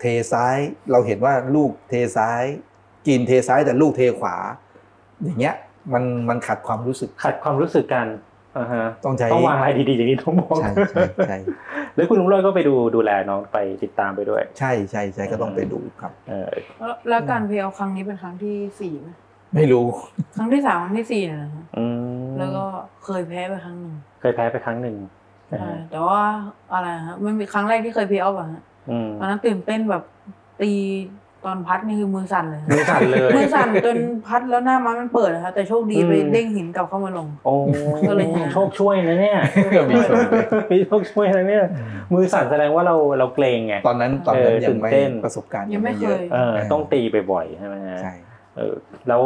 [SPEAKER 6] เทซ้าย เราเห็นว่าลูกเทซ้ายกินเทซ้ายแต่ลูกเทขวา อย่างเงี้ยมันมันขัดความรู้สึก
[SPEAKER 5] ขัดความรู้สึกกันอ่าฮะ
[SPEAKER 6] ต้องใช้
[SPEAKER 5] ต้องวางอะไรดีๆอย่างนี้ต้องมอง
[SPEAKER 6] ใช่ใช่ใช่
[SPEAKER 5] แล้วคุณลุงร้อยก็ไปดูดูแลน้องไปติดตามไปด้วย
[SPEAKER 6] ใช่ใช่ใช่ก็ต้องไปดูครับ
[SPEAKER 5] เออ
[SPEAKER 12] แล้วแล้วการเพลย์เอาครั้งนี้เป็นครั้งที่สี่ไหม
[SPEAKER 6] ไม่รู้
[SPEAKER 12] ครั้งที่สามครั้งที่สี่เนี่ยนะฮะ
[SPEAKER 5] อืม
[SPEAKER 12] แล้วก็เคยแพ้ไปครั้งหนึ่ง
[SPEAKER 5] เคยแพ้ไปครั้งหนึ่งนะฮะ
[SPEAKER 12] แต่ว่าอะไรฮะมันมีครั้งแรกที่เคยเพลย์ออฟอะฮะ
[SPEAKER 5] อืม
[SPEAKER 12] ตอนนั้นตื่นเต้นแบบตีตอนพัดนี่คือมือสั่นเลยฮะ
[SPEAKER 5] มือสั่นเลย
[SPEAKER 12] มือสั่นจนพัดแล้วหน้าม้ามันเปิดนะคะแต่โชคดีไป
[SPEAKER 5] อืม
[SPEAKER 12] เด้งหินกลับเข้ามาลง
[SPEAKER 5] โอ้
[SPEAKER 12] ก็เลยชนะ
[SPEAKER 5] โชคช่วยนะเนี่ยมีโชคช่วยนะเนี่ย มือสั่นแสดงว่าเราเราเกรงไง
[SPEAKER 6] ตอนนั้นตอนนั้น
[SPEAKER 5] เ
[SPEAKER 6] ยังไม่
[SPEAKER 5] ตื่เต้น
[SPEAKER 6] ประสบการณ์
[SPEAKER 12] ยังไม่เคย
[SPEAKER 5] เออต้องตีไปบ่อยๆใช่ไหมฮะเออแล้ว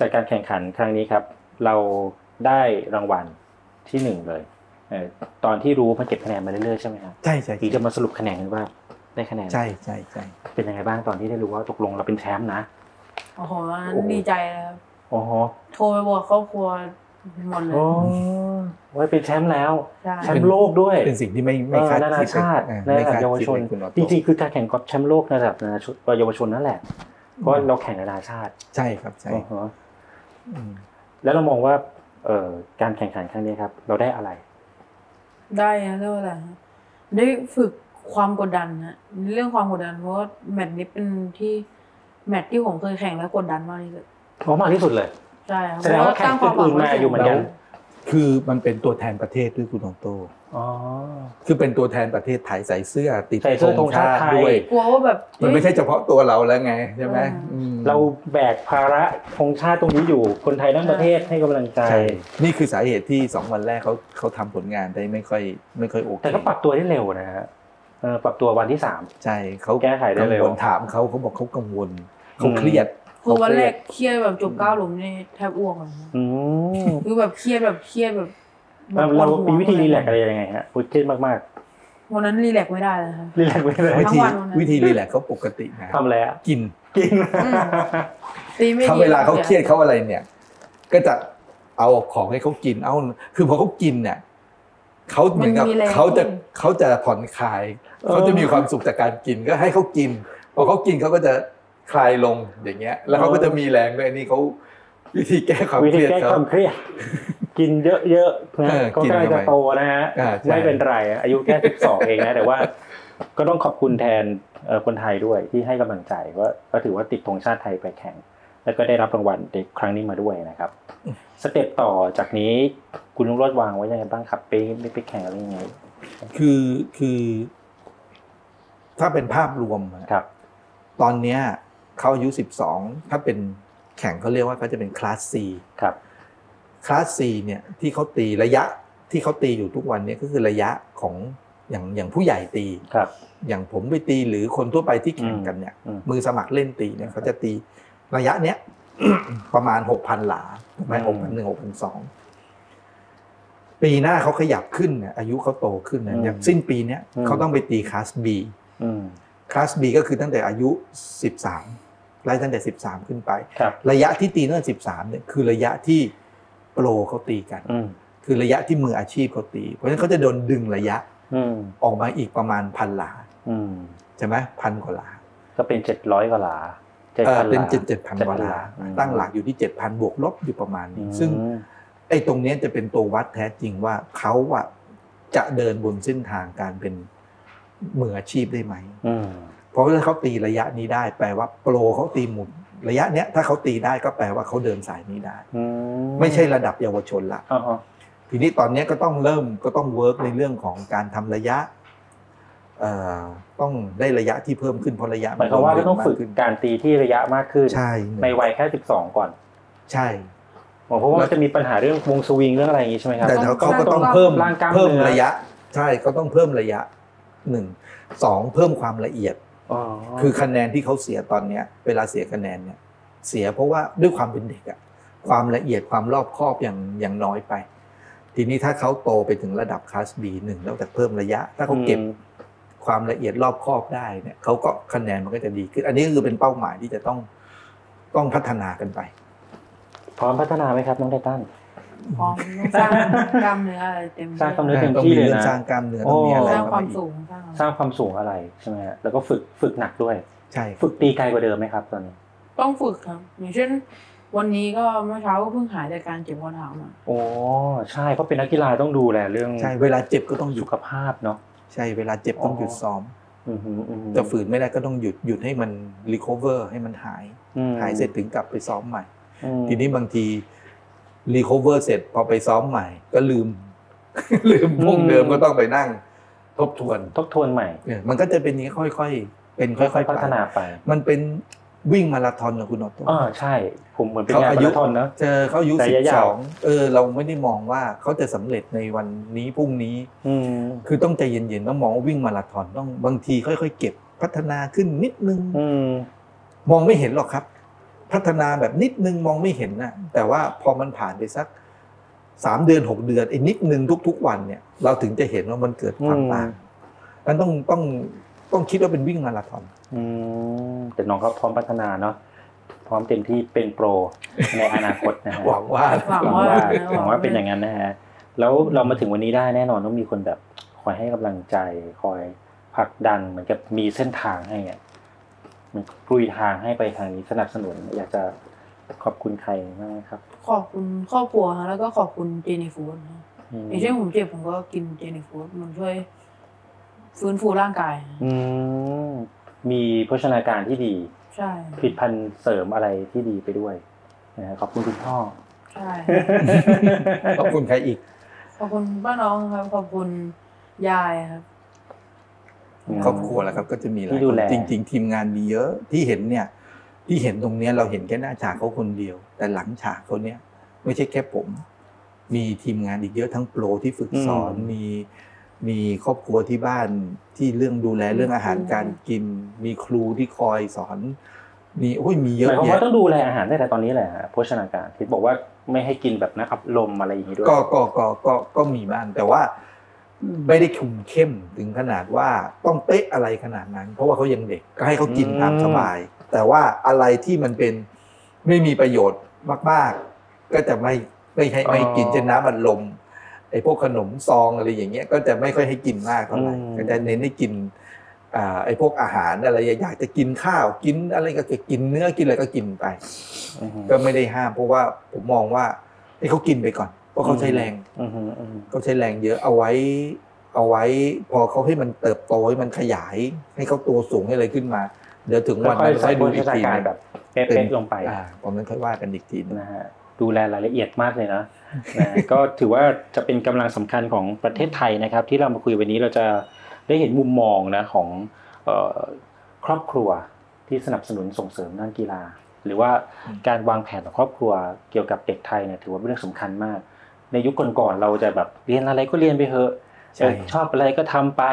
[SPEAKER 5] จากการแข่งขันครั้งนี้ครับ เราได้รางวัลที่หนึ่งเลยเออตอนที่รู้มันเก็บคะแนนมาเรื่อยๆใช่ไหมครับ
[SPEAKER 6] ใช่ใช่
[SPEAKER 5] ทีจะมาสรุปคะแนนกันว่าได้คะแนน
[SPEAKER 6] ใช่ใช่ใช่
[SPEAKER 5] เป็นยังไงบ้างตอนที่ได้รู้ว่าตกลงเราเป็นแชมป์นะ
[SPEAKER 12] โอ้โหตอนนั้
[SPEAKER 5] โอ้โห
[SPEAKER 12] นดีใจเลยครับ
[SPEAKER 5] โอ้โห
[SPEAKER 12] โทรไปบอกครอบครัวหมดเลย
[SPEAKER 5] โอ้ ไว้เป็นแชมป์แล้ว
[SPEAKER 12] ใช่
[SPEAKER 5] แชมป์โลกด้วย
[SPEAKER 6] เป็นสิ่งที่ไม่ไม่คาด
[SPEAKER 5] เออนานา
[SPEAKER 6] คิดเลย
[SPEAKER 5] ชาติ
[SPEAKER 6] เออ
[SPEAKER 5] ใน
[SPEAKER 6] ไม่
[SPEAKER 5] ระดับ
[SPEAKER 6] คาด
[SPEAKER 5] เยาว
[SPEAKER 6] คิด
[SPEAKER 5] ชน
[SPEAKER 6] เลยคุณออ
[SPEAKER 5] จ
[SPEAKER 6] โต้
[SPEAKER 5] ริงๆคือการแข่งกอล์ฟแชมป์โลกในระดับนานาชนเยาวชนนั่นแหละเพราะเราแข่งนานาชาติ
[SPEAKER 6] ใช่ครับใช่
[SPEAKER 5] อ๋อฮะแล้วเรามองว่าเอ่อการแข่งขันครั้งนี้ครับ เราได้อะไร
[SPEAKER 12] ได้นะเรียกว่าอะไรฮะได้ฝึกความกดดันนะเรื่องความกดดันเพราะว่าแมตช์นี้เป็นที่แมตช์ที่ผมเคยแข่งแล้วกดดันมากที่สุด
[SPEAKER 5] เพราะมากที่สุดเลย
[SPEAKER 12] ใช่ครับ
[SPEAKER 5] แสดงว่าแข่ง
[SPEAKER 12] เพระ
[SPEAKER 5] อื่นๆมาอยู่เหมือนกัน
[SPEAKER 6] คือมันเป็นตัวแทนประเทศด้วยคุณออโต้
[SPEAKER 5] อ๋อ
[SPEAKER 6] คือเป็นตัวแทนประเทศไทยใส่เสื้อติด
[SPEAKER 5] ใส่เสื้อธงชาติไทย
[SPEAKER 6] ด้วย
[SPEAKER 12] กลัวว่าแบบ
[SPEAKER 6] มันไม่ใช่เฉพาะตัวเราแล้วไงใช่ไหมอืม
[SPEAKER 5] เราแบกภาระธงชาติตรงนี้อยู่คนไทยทั้งประเทศให้กำลังใจ
[SPEAKER 6] ใช่ นี่คือสาเหตุที่สองวันแรกเขาเขาทำผลงานได้ไม่ค่อยไม่ค่อยโอเค
[SPEAKER 5] แต่ก็ปรับตัวได้เร็วนะฮะเออปรับตัววันที่สาม
[SPEAKER 6] ใช่เขา
[SPEAKER 5] แก้ไขได้เร็ว
[SPEAKER 6] กังวลถามเขาเขาบอกเขากังวลเขาเครียด
[SPEAKER 12] คือวัน
[SPEAKER 6] เขาเค
[SPEAKER 12] แร
[SPEAKER 6] รีย
[SPEAKER 12] ก
[SPEAKER 6] ด
[SPEAKER 12] เครียดแบบจบก้าวหลุมนี่แทบอ้วกเลยนะ
[SPEAKER 5] อืม
[SPEAKER 12] คือแบบเครียดแบบเครียดแบบ
[SPEAKER 5] เรา
[SPEAKER 12] ป
[SPEAKER 5] เรา
[SPEAKER 12] ดหั
[SPEAKER 5] มีวิธีรีแลกซ์อะไรยังไงฮะพูดขึ้นมาก
[SPEAKER 12] วันนั้นรีแลกซ์ไม่ได้เลยครับ
[SPEAKER 5] ๆรีแลกซ์ไม่ได้
[SPEAKER 6] วิ
[SPEAKER 12] ทั้ง
[SPEAKER 6] ธี
[SPEAKER 12] วันวันนั้น
[SPEAKER 6] วิธีรีแลกซ์เขาปกตินะ
[SPEAKER 5] ทำอะไรอะ
[SPEAKER 6] กิน
[SPEAKER 5] กิน
[SPEAKER 12] ตีไม่ดี
[SPEAKER 6] เขาเวลาเขาเครียดเขาอะไรเนี่ย ก็จะเอาของให้เขากินเอาคือพอเขากินเนี่ยเขาเหมือนกับ
[SPEAKER 12] มันมีแรง
[SPEAKER 6] เขาจะ
[SPEAKER 12] ขึ้น
[SPEAKER 6] เขาจะผ่อนคลาย
[SPEAKER 5] เออ
[SPEAKER 6] เขาจะมีความสุขจากการกินก็ให้เขากินพอเขากินเขาก็จะคลายลงอย่างเงี้ย แล้วเขาก็จะมีแรงด้วยอันนี่เขาวิธีแก้ความ
[SPEAKER 5] วิ
[SPEAKER 6] เค
[SPEAKER 5] ธี
[SPEAKER 6] รียด
[SPEAKER 5] แก้
[SPEAKER 6] เขา
[SPEAKER 5] ความเครียด กินเยอะๆนะ
[SPEAKER 6] เออ
[SPEAKER 5] ก็
[SPEAKER 6] กิน
[SPEAKER 5] ใกล้
[SPEAKER 6] เข้า
[SPEAKER 5] จะ
[SPEAKER 6] ไป
[SPEAKER 5] โตนะฮะ
[SPEAKER 6] อ่าใช่
[SPEAKER 5] ไม่เป็นไรอายุแค่ 12 เองนะแต่ว่า ก็ต้องขอบคุณแทนเอ่อคนไทยด้วยที่ให้กำลังใจว่าก็ถือว่าติดธงชาติไทยไปแข่ง แล้วก็ได้รับรางวัลในครั้งนี้มาด้วยนะครับ สเต็ปต่อจากนี้คุณลุงโรดวางไว้ยังไงบ้างครับไปไปไปแข่งอะไรยังไง
[SPEAKER 6] คือคือถ้าเป็นภาพรวมอะ
[SPEAKER 5] ครับ
[SPEAKER 6] ตอนเนี้ยเขาอายุสิบสองถ้าเป็นแข่งเขาเรียกว่าเขาจะเป็นคลาสซี
[SPEAKER 5] ครับ
[SPEAKER 6] คลาสซีเนี่ยที่เขาตีระยะที่เขาตีอยู่ทุกวันเนี่ยก็คือระยะของอย่างอย่างผู้ใหญ่ตี
[SPEAKER 5] ครับ
[SPEAKER 6] อย่างผมไปตีหรือคนทั่วไปที่แข่งกันเนี่ย
[SPEAKER 5] อืมอืม
[SPEAKER 6] มือสมัครเล่นตีเนี่ยเขาจะตีระยะเนี้ย ประมาณหกพันหลาประมาณหกพันหนึ่งหกพันสองปีหน้าเขาขยับขึ้นเนี่ยอายุเขาโตขึ้นนะ
[SPEAKER 5] อืม
[SPEAKER 6] อย่างสิ้นปีเนี้ย
[SPEAKER 5] อืม
[SPEAKER 6] เขาต้องไปตีคลาสบี
[SPEAKER 5] อืม
[SPEAKER 6] คลาสบีก็คือตั้งแต่อายุสิบสามไล่ตั้งแต่สิบสามขึ้นไป
[SPEAKER 5] ครับ
[SPEAKER 6] ระยะที่ตีตั้งแต่สิบสามเนี่ยคือระยะที่โปรเขาตีกัน
[SPEAKER 5] อืม
[SPEAKER 6] คือระยะที่มืออาชีพเขาตี เพราะฉะนั้นเขาจะโดนดึงระยะ
[SPEAKER 5] อืม
[SPEAKER 6] ออกมาอีกประมาณพันหลา
[SPEAKER 5] อืม
[SPEAKER 6] ใช่ไหมพันกว่าหลา
[SPEAKER 5] ก็เป็นเจ็ดร้อยกว่าหลา7,000
[SPEAKER 6] เอ่อเป็น
[SPEAKER 5] หลา
[SPEAKER 6] เจ็ดเจ็ดพันกว่าหลา
[SPEAKER 5] อืม
[SPEAKER 6] ตั้งหลักอยู่ที่เจ็ดพันบวกลบอยู่ประมาณนี้
[SPEAKER 5] อืม
[SPEAKER 6] ซึ่งไอ้ตรงเนี้ยจะเป็นตัววัดแท้จริงว่าเขาอะจะเดินบนเส้นทางการเป็นมืออาชีพได้ไหม
[SPEAKER 5] อืม
[SPEAKER 6] เพราะถ้าเขาตีระยะนี้ได้ แปลว่าโปรเขาตีหมุนระยะเนี้ยถ้าเขาตีได้ก็แปลว่าเขาเดินสายนี้ได้
[SPEAKER 5] อื
[SPEAKER 6] ไม่ใช่ระดับเยาวชนละ
[SPEAKER 5] อ๋ออ๋อ
[SPEAKER 6] ทีนี้ตอนเนี้ยก็ต้องเริ่มก็ต้องเวิร์กในเรื่องของการทำระยะเอ่อต้องได้ระยะที่เพิ่มขึ้นเพราะระยะ
[SPEAKER 5] หมายความว่าเราต้องฝึก
[SPEAKER 6] เพิ่มขึ้น
[SPEAKER 5] การตีที่ระยะมากขึ้น
[SPEAKER 6] ใช่
[SPEAKER 5] ในวัยแค่สิบสองก่อน
[SPEAKER 6] ใช่
[SPEAKER 5] ผมเพราะว่ามันจะมีปัญหาเรื่องวงสวิงเรื่องอะไรอย่างงี้ใช่ไหมครับ
[SPEAKER 6] แต่แล้วเขาก็ต้อง
[SPEAKER 5] ร่
[SPEAKER 6] เพิ่ม
[SPEAKER 5] ร่างกล้าม
[SPEAKER 6] เพิ่ม
[SPEAKER 5] เนื้อ
[SPEAKER 6] ระยะ ใช่เขาต้องเพิ่มระยะหนึ่งสองเพิ่มความละเอียด
[SPEAKER 5] อ๋อ
[SPEAKER 6] คือคะแนนที่เขาเสียตอนเนี้ย เวลาเสียคะแนนเนี่ย เสียเพราะว่าด้วยความเป็นเด็กอะความละเอียดความรอบคอบอย่างอย่างน้อยไป ทีนี้ถ้าเขาโตไปถึงระดับคลาส B หนึ่งแล้วแต่เพิ่มระยะ ถ้าเขาเก็บความละเอียดรอบคอบได้เนี่ยเขาก็คะแนนมันก็จะดีขึ้น อันนี้ก็คือเป็นเป้าหมายที่จะต้องต้องพัฒนากันไป
[SPEAKER 5] พร้อมพัฒนาไหมครับน้องไททัน
[SPEAKER 12] พร้อมต้องสร้างกล้ามเนื้ออะไรเต็มที่
[SPEAKER 5] สร้างกล้ามเนื้อ ต็
[SPEAKER 6] ต้อง
[SPEAKER 5] ที่
[SPEAKER 6] มี
[SPEAKER 5] เลยนะ
[SPEAKER 6] เรื่องสร้างกล้ามเนื้อต้องมี
[SPEAKER 5] โอ้
[SPEAKER 6] อะไร
[SPEAKER 12] สร้าง
[SPEAKER 6] เข้
[SPEAKER 12] ความ
[SPEAKER 6] อีก
[SPEAKER 12] สูงสร้างอะไร
[SPEAKER 5] สร้างความสูงอะไรใช่ไหมฮะแล้วก็ฝึกฝึกหนักด้วย
[SPEAKER 6] ใช่
[SPEAKER 5] ฝึกตีไกลกว่าเดิมไหมครับ ตอนนี้
[SPEAKER 12] ต้องฝึกครับ อย่างเช่น วันนี้ก็เมื่อเช้าก็เพิ่งหายจากการเจ็บข้อเท้ามา
[SPEAKER 5] โอ้ใช่เพราะเป็นนักกีฬาต้องดูแลเรื่อง
[SPEAKER 6] ใช่เวลาเจ็บก็ต้องหยุ
[SPEAKER 5] สุ
[SPEAKER 6] ด
[SPEAKER 5] ขภาพเนาะ
[SPEAKER 6] ใช่เวลาเจ็บต้องหยุดซ้อม
[SPEAKER 5] อือหืออือหือ
[SPEAKER 6] แต่ฝืนไม่ได้ก็ต้องหยุดหยุดให้มันรีคอเวอร์ให้มันหาย
[SPEAKER 5] อืม
[SPEAKER 6] หายเสร็จถึงกลับไปซ้อมใหม่
[SPEAKER 5] อืม
[SPEAKER 6] ทีนี้บางทีรีค o เวอร์เสร็จพอไปซ้อมใหม่ ก็ลืม ลืมพวกเดิมก็ต้องไปนั่ง ทบทวน
[SPEAKER 5] ทบทวนใหม่
[SPEAKER 6] มันก็จะเป็นอย่างนี้ค่อยๆ เป็นค่อยๆ
[SPEAKER 5] พัฒนาไป
[SPEAKER 6] มันเป็นวิ่งมาราธอนนะคุณออโต้
[SPEAKER 5] อ่าใช่ ผมเหมือนเป็นงานมาราธอนนะ
[SPEAKER 6] เจอเขาอายุ
[SPEAKER 5] แต่
[SPEAKER 6] สิ
[SPEAKER 5] ระ
[SPEAKER 6] บ
[SPEAKER 5] ยะ
[SPEAKER 6] ส
[SPEAKER 5] ยาว
[SPEAKER 6] องเออ เราไม่ได้มองว่าเขาจะสำเร็จในวันนี้พรุ่งนี้คือต้องใจเย็นๆต้องมองว่าวิ่งมาราธอนต้องบางทีค่อยๆ เก็บพัฒนาขึ้นนิดนึงมองไม่เห็นหรอกครับ พัฒนาแบบนิดนึงมองไม่เห็นนะแต่ว่าพอมันผ่านไปสักสามเดือนหกเดือนไอ้นิดนึงทุก ๆ วันเนี่ย เราถึงจะเห็นว่ามันเกิดความต่างนั้นต้องต้องต้องคิดว่าเป็นวิ่งมาราธอน
[SPEAKER 5] อืมแต่น้องเขาพร้อมพัฒนาเนาะพร้อมเต็มที่เป็นโปรในอนาคตนะฮะ
[SPEAKER 6] หวังว่า
[SPEAKER 5] หวังว่าหวังว่าเป็นอย่างนั้นนะฮะแล้วเรามาถึงวันนี้ได้แน่นอนต้องมีคนแบบคอยให้กำลังใจ คอยผลักดันเหมือนกับมีเส้นทางให้อ่ะมันกลุยทางให้ไปทางนี้สนับสนุน อยากจะขอบคุณใครมากครับ
[SPEAKER 12] ขอบคุณครอบครัวฮะแล้วก็ขอบคุณเจนี่ฟูดฮะ
[SPEAKER 5] อืม
[SPEAKER 12] อย่างเช่นผมเจ็บผมก็กินเจนี่ฟูดมันช่วยฟื้นฟูร่างกายฮะ
[SPEAKER 5] อืมมีโภชนาการที่ดี
[SPEAKER 12] ใช่
[SPEAKER 5] ผลิตภัณฑ์เสริมอะไรที่ดีไปด้วยนะฮะขอบคุณคุณพ่อ
[SPEAKER 12] ใช่
[SPEAKER 6] ขอบคุณใครอีก
[SPEAKER 12] ขอบคุณป้าน้องครับ ขอบคุณยายครับ
[SPEAKER 6] ครอบครัวแหล้วครับก็จะมีหลา
[SPEAKER 5] ที่
[SPEAKER 6] ย
[SPEAKER 5] ดู
[SPEAKER 6] คน
[SPEAKER 5] แล
[SPEAKER 6] จริง ๆ ทีมงานมีเยอะที่เห็นเนี่ย ที่เห็นตรงเนี้ยเราเห็นแค่หน้าฉากเขาคนเดียว แต่หลังฉากเขาเนี่ย ไม่ใช่แค่ผม มีทีมงานอีกเยอะทั้งโปรที่ฝึกสอน
[SPEAKER 10] อืม
[SPEAKER 6] มีมีครอบครัวที่บ้านที่เรื่องดูแลเรื่องอาหารการกิน มีครูที่คอยสอนมีโอ้ยมีเย
[SPEAKER 5] ห
[SPEAKER 6] อะ
[SPEAKER 5] มายความ
[SPEAKER 6] แยะ
[SPEAKER 5] ว่าต้องดูแลอาหารได้แต่ตอนนี้แหละฮะโภชนาการที่บอกว่าไม่ให้กินแบบนะครับลมอะไรอย่างนี้ด้วย
[SPEAKER 6] ก็ก็ก็ก็ก็มีบ้างแต่ว่าไม่ได้คุมเข้มถึงขนาดว่าต้องเป๊ะอะไรขนาดนั้น เพราะว่าเขายังเด็กก็ให้เขากินตาม
[SPEAKER 5] อืม
[SPEAKER 6] สบาย แต่ว่าอะไรที่มันเป็นไม่มีประโยชน์มาก ๆ ก็จะไม่ไม่ให้ไม่กินเช่นน้ำอัดลมไอ้พวกขนมซองอะไรอย่างเงี้ยก็จะไม่ค่อยให้กินมากเท่าไหร่ก็จะเน้นให้กินอ่าไอ้พวกอาหารอะไรอยากจะกินข้าวกินอะไรก็กินเนื้อกินอะไรก็กินไป ก็ไม่ได้ห้ามเพราะว่าผมมองว่าให้เขากินไปก่อน เพราะเขาใช้แรง
[SPEAKER 5] อือฮึอือฮึ
[SPEAKER 6] เขาใช้แรงเยอะเอาไว้ เอาไว้ พอเขาให้มันเติบโตให้มันขยาย ให้เขาตัวสูงให้อะไรขึ้นมา เดี๋ยวถึงวันนั้น
[SPEAKER 5] ค่อยๆ
[SPEAKER 6] ดูอีก
[SPEAKER 5] พั
[SPEAKER 6] ที
[SPEAKER 5] ฒนาการแบบเป๊ะๆลงไป
[SPEAKER 6] อ่าผมนั้นค่อยว่ากันอีกทีหนึง
[SPEAKER 5] นะฮะดูแลรายละเอียดมากเลยนะนะฮะ ก็ถือว่าจะเป็นกำลังสำคัญของประเทศไทยนะครับ ที่เรามาคุยวันนี้เราจะได้เห็นมุมมองนะของเอ่อครอบครัวที่สนับสนุนส่งเสริมด้านกีฬา หรือว่าการวางแผนของครอบครัวเกี่ยวกับเด็กไทยเนี่ยถือว่าเป็นเรื่องสำคัญมาก ในยุคก่อนๆเราจะแบบเรียนอะไรก็เรียนไปเถอะ
[SPEAKER 6] ใช่
[SPEAKER 5] เออชอบอะไรก็ทำไป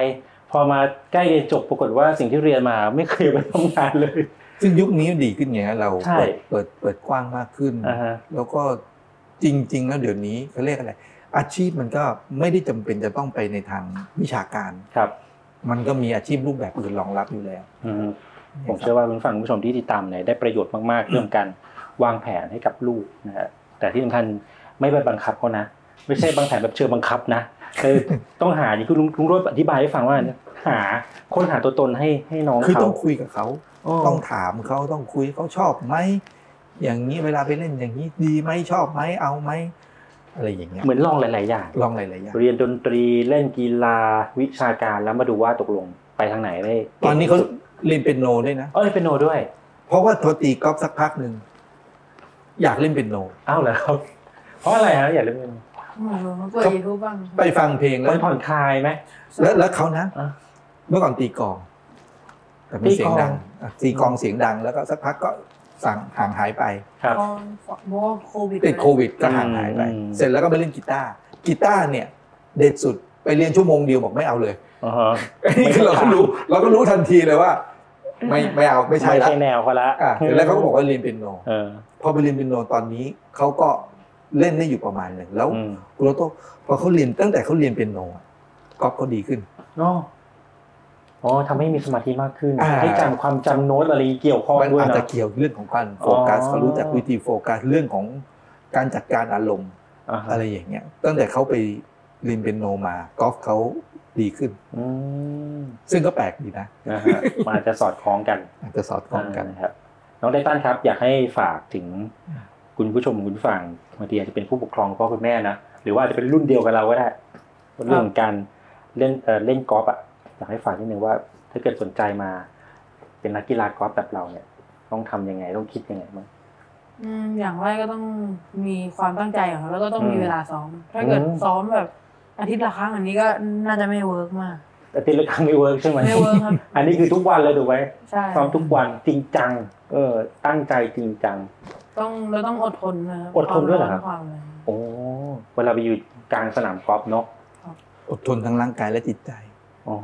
[SPEAKER 5] พอมาใกล้เรียนจบปรากฏว่าสิ่งที่เรียนมาไม่เคยเอาไปทำงานเลย
[SPEAKER 6] ซึ่งยุคนี้ดีขึ้นไงเรา
[SPEAKER 5] ใช่
[SPEAKER 6] เปิดเปิดเปิดกว้างมากขึ้น แล้วก็จริง ๆ แล้วเดี๋ยวนี้เขาเรียกอะไร อาชีพมันก็ไม่ได้จำเป็นจะต้องไปในทางวิชาการ
[SPEAKER 5] ครับ
[SPEAKER 6] มันก็มีอาชีพรูปแบบอื่นรองรับอยู่แล้ว
[SPEAKER 5] อืมผมเชื่อว่าคุณฟังคุณผู้ชมที่ติดตามเนี่ยได้ประโยชน์มากๆ เรื่องการวางแผนให้กับลูกนะฮะแต่ที่สำคัญไม่ไปบังคับเขานะ ไม่ใช่บางแผนแบบเชิงบังคับนะคือ ต้องหาอย่างที่คุณลุงลุงโรถอธิบายให้ฟังว่าหาค้นหาตัวตนให้ให้น้อง
[SPEAKER 6] คือ
[SPEAKER 5] เขา
[SPEAKER 6] ต้องคุยกับเขา ต้องถามเขาต้องคุยเขาชอบไหม อย่างนี้เวลาไปเล่นอย่างนี้ดีไหมชอบไหมเอาไหม อะไรอย่างเงี้ย
[SPEAKER 5] เหมือนลองหลาย ๆ อย่าง
[SPEAKER 6] ลองหลายๆอย่าง
[SPEAKER 5] เรียนดนตรีเล่นกีฬาวิชาการแล้วมาดูว่าตกลงไปทางไหนได้
[SPEAKER 6] ตอนนี้เขาเล่นเป็นโนด้วยนะ
[SPEAKER 5] อ๋อเล่นเป็นโนด้วย
[SPEAKER 6] เพราะว่าพอตีกอล์ฟสักพักหนึ่งอยากเล่นเป็นโน
[SPEAKER 5] อ้าวเหรอครับ เพราะอะไรฮะอยากเล่นเป็นโน
[SPEAKER 12] เปิดยูทูบบ้าง
[SPEAKER 6] ไปฟังเพลงแล้ว
[SPEAKER 5] ผ่อนคลายไหม
[SPEAKER 6] แล้วแล้วเขานะเมื่อก่อนตีกลองแต่มีเสียงดัง
[SPEAKER 12] ตีกลอง
[SPEAKER 6] อ่ะตีกลองเสียงดัง แล้วก็สักพักก็สั่งห่างหายไป
[SPEAKER 12] เพราะเพราะว่าโควิด
[SPEAKER 6] ติดโควิดก็ห่างหายไป เสร็จแล้วก็ไปเล่นกีตาร์กีตาร์เนี่ย เด็ดสุดไปเรียนชั่วโมงเดียวบอกไม่เอาเลยนี่คือเราก็รู้ เราก็รู้ทันทีเลยว่า ไม่ไม่เอาไม่ใช่
[SPEAKER 5] ไม่
[SPEAKER 6] ละ
[SPEAKER 5] ใช่แนวเขาละ
[SPEAKER 6] อ่ะเสร็จแล้วเขาก็บอกว่าเรียนเป็นโน
[SPEAKER 5] เออ
[SPEAKER 6] พอไปเรียนเป็นโนตอนนี้เขาก็เล่นได้อยู่ประมาณหนึ่งแล้วคุณโรโต้พอเขาเรียนตั้งแต่เขาเรียนเป็นโนอ่ะก๊อฟเขาดีขึ้น
[SPEAKER 5] อ๋ออ๋อทำให้มีสมาธิมากขึ้น
[SPEAKER 6] อ่า
[SPEAKER 5] ให้จำความจำโน้ตอะไรเกี่ยวข้อง
[SPEAKER 6] มัน
[SPEAKER 5] ด้วย
[SPEAKER 6] อาจ
[SPEAKER 5] นะ
[SPEAKER 6] จะเกี่ยวเรื่องของการโฟกัส
[SPEAKER 5] อ๋อ
[SPEAKER 6] เขารู้จักวิธีโฟกัสเรื่องของการจัดการอารมณ์
[SPEAKER 5] อ่าฮะ
[SPEAKER 6] อะไรอย่างเงี้ย ตั้งแต่เขาไปเรียนเป็นโนมากอล์ฟเขาดีขึ้น
[SPEAKER 5] อืม
[SPEAKER 6] ซึ่งก็แปลกดีนะ
[SPEAKER 5] นะฮะมันอาจจะสอดคล้องกัน
[SPEAKER 6] อาจจะสอดคล้องกัน
[SPEAKER 5] นะครับ น้องไดตันครับ อยากให้ฝากถึงคุณผู้ชมคุณผู้ฟังบางทีอาจจะเป็นผู้ปกครองคุณพ่อคุณแม่นะหรือว่าอาจจะเป็นรุ่นเดียวกับเราก็ได้เรื่องการเล่นเอ่อเล่นกอล์ฟอ่ะอยากให้ฝากนิดนึงว่า ถ้าเกิดสนใจมา เป็นนักกีฬากอล์ฟแบบเราเนี่ย ต้องทำยังไงต้องคิดยังไงบ้าง
[SPEAKER 12] อืมอย่างแรกก็ต้องมีความตั้งใจของเขาแล้วก็ต้องมี
[SPEAKER 5] อืม
[SPEAKER 12] เวลาซ้อม ถ้าเกิด
[SPEAKER 5] อืม
[SPEAKER 12] ซ้อมแบบอาทิตย์ละครั้งอันนี้ก็น่าจะไม่เวิร์กมาก
[SPEAKER 5] อาทิตย์ละครั้งไม่เวิร์กใช่ไหม
[SPEAKER 12] ไม่เวิร์กครับ
[SPEAKER 5] อันนี้คือทุกวันเลยถูกไหม
[SPEAKER 12] ใช่
[SPEAKER 5] ซ้อมทุกวันจริงจัง เออ ตั้งใจจริงจัง
[SPEAKER 12] ต้องเราต้องอดทนนะครับ
[SPEAKER 5] อดทนด้วยเหรอครับ
[SPEAKER 12] วามความอะไ
[SPEAKER 5] โอ้เวลาไปอยู่กลางสนามกอล์ฟเนาะ
[SPEAKER 6] อดทนทั้งร่างกายและจิตใจ
[SPEAKER 5] อ๋อ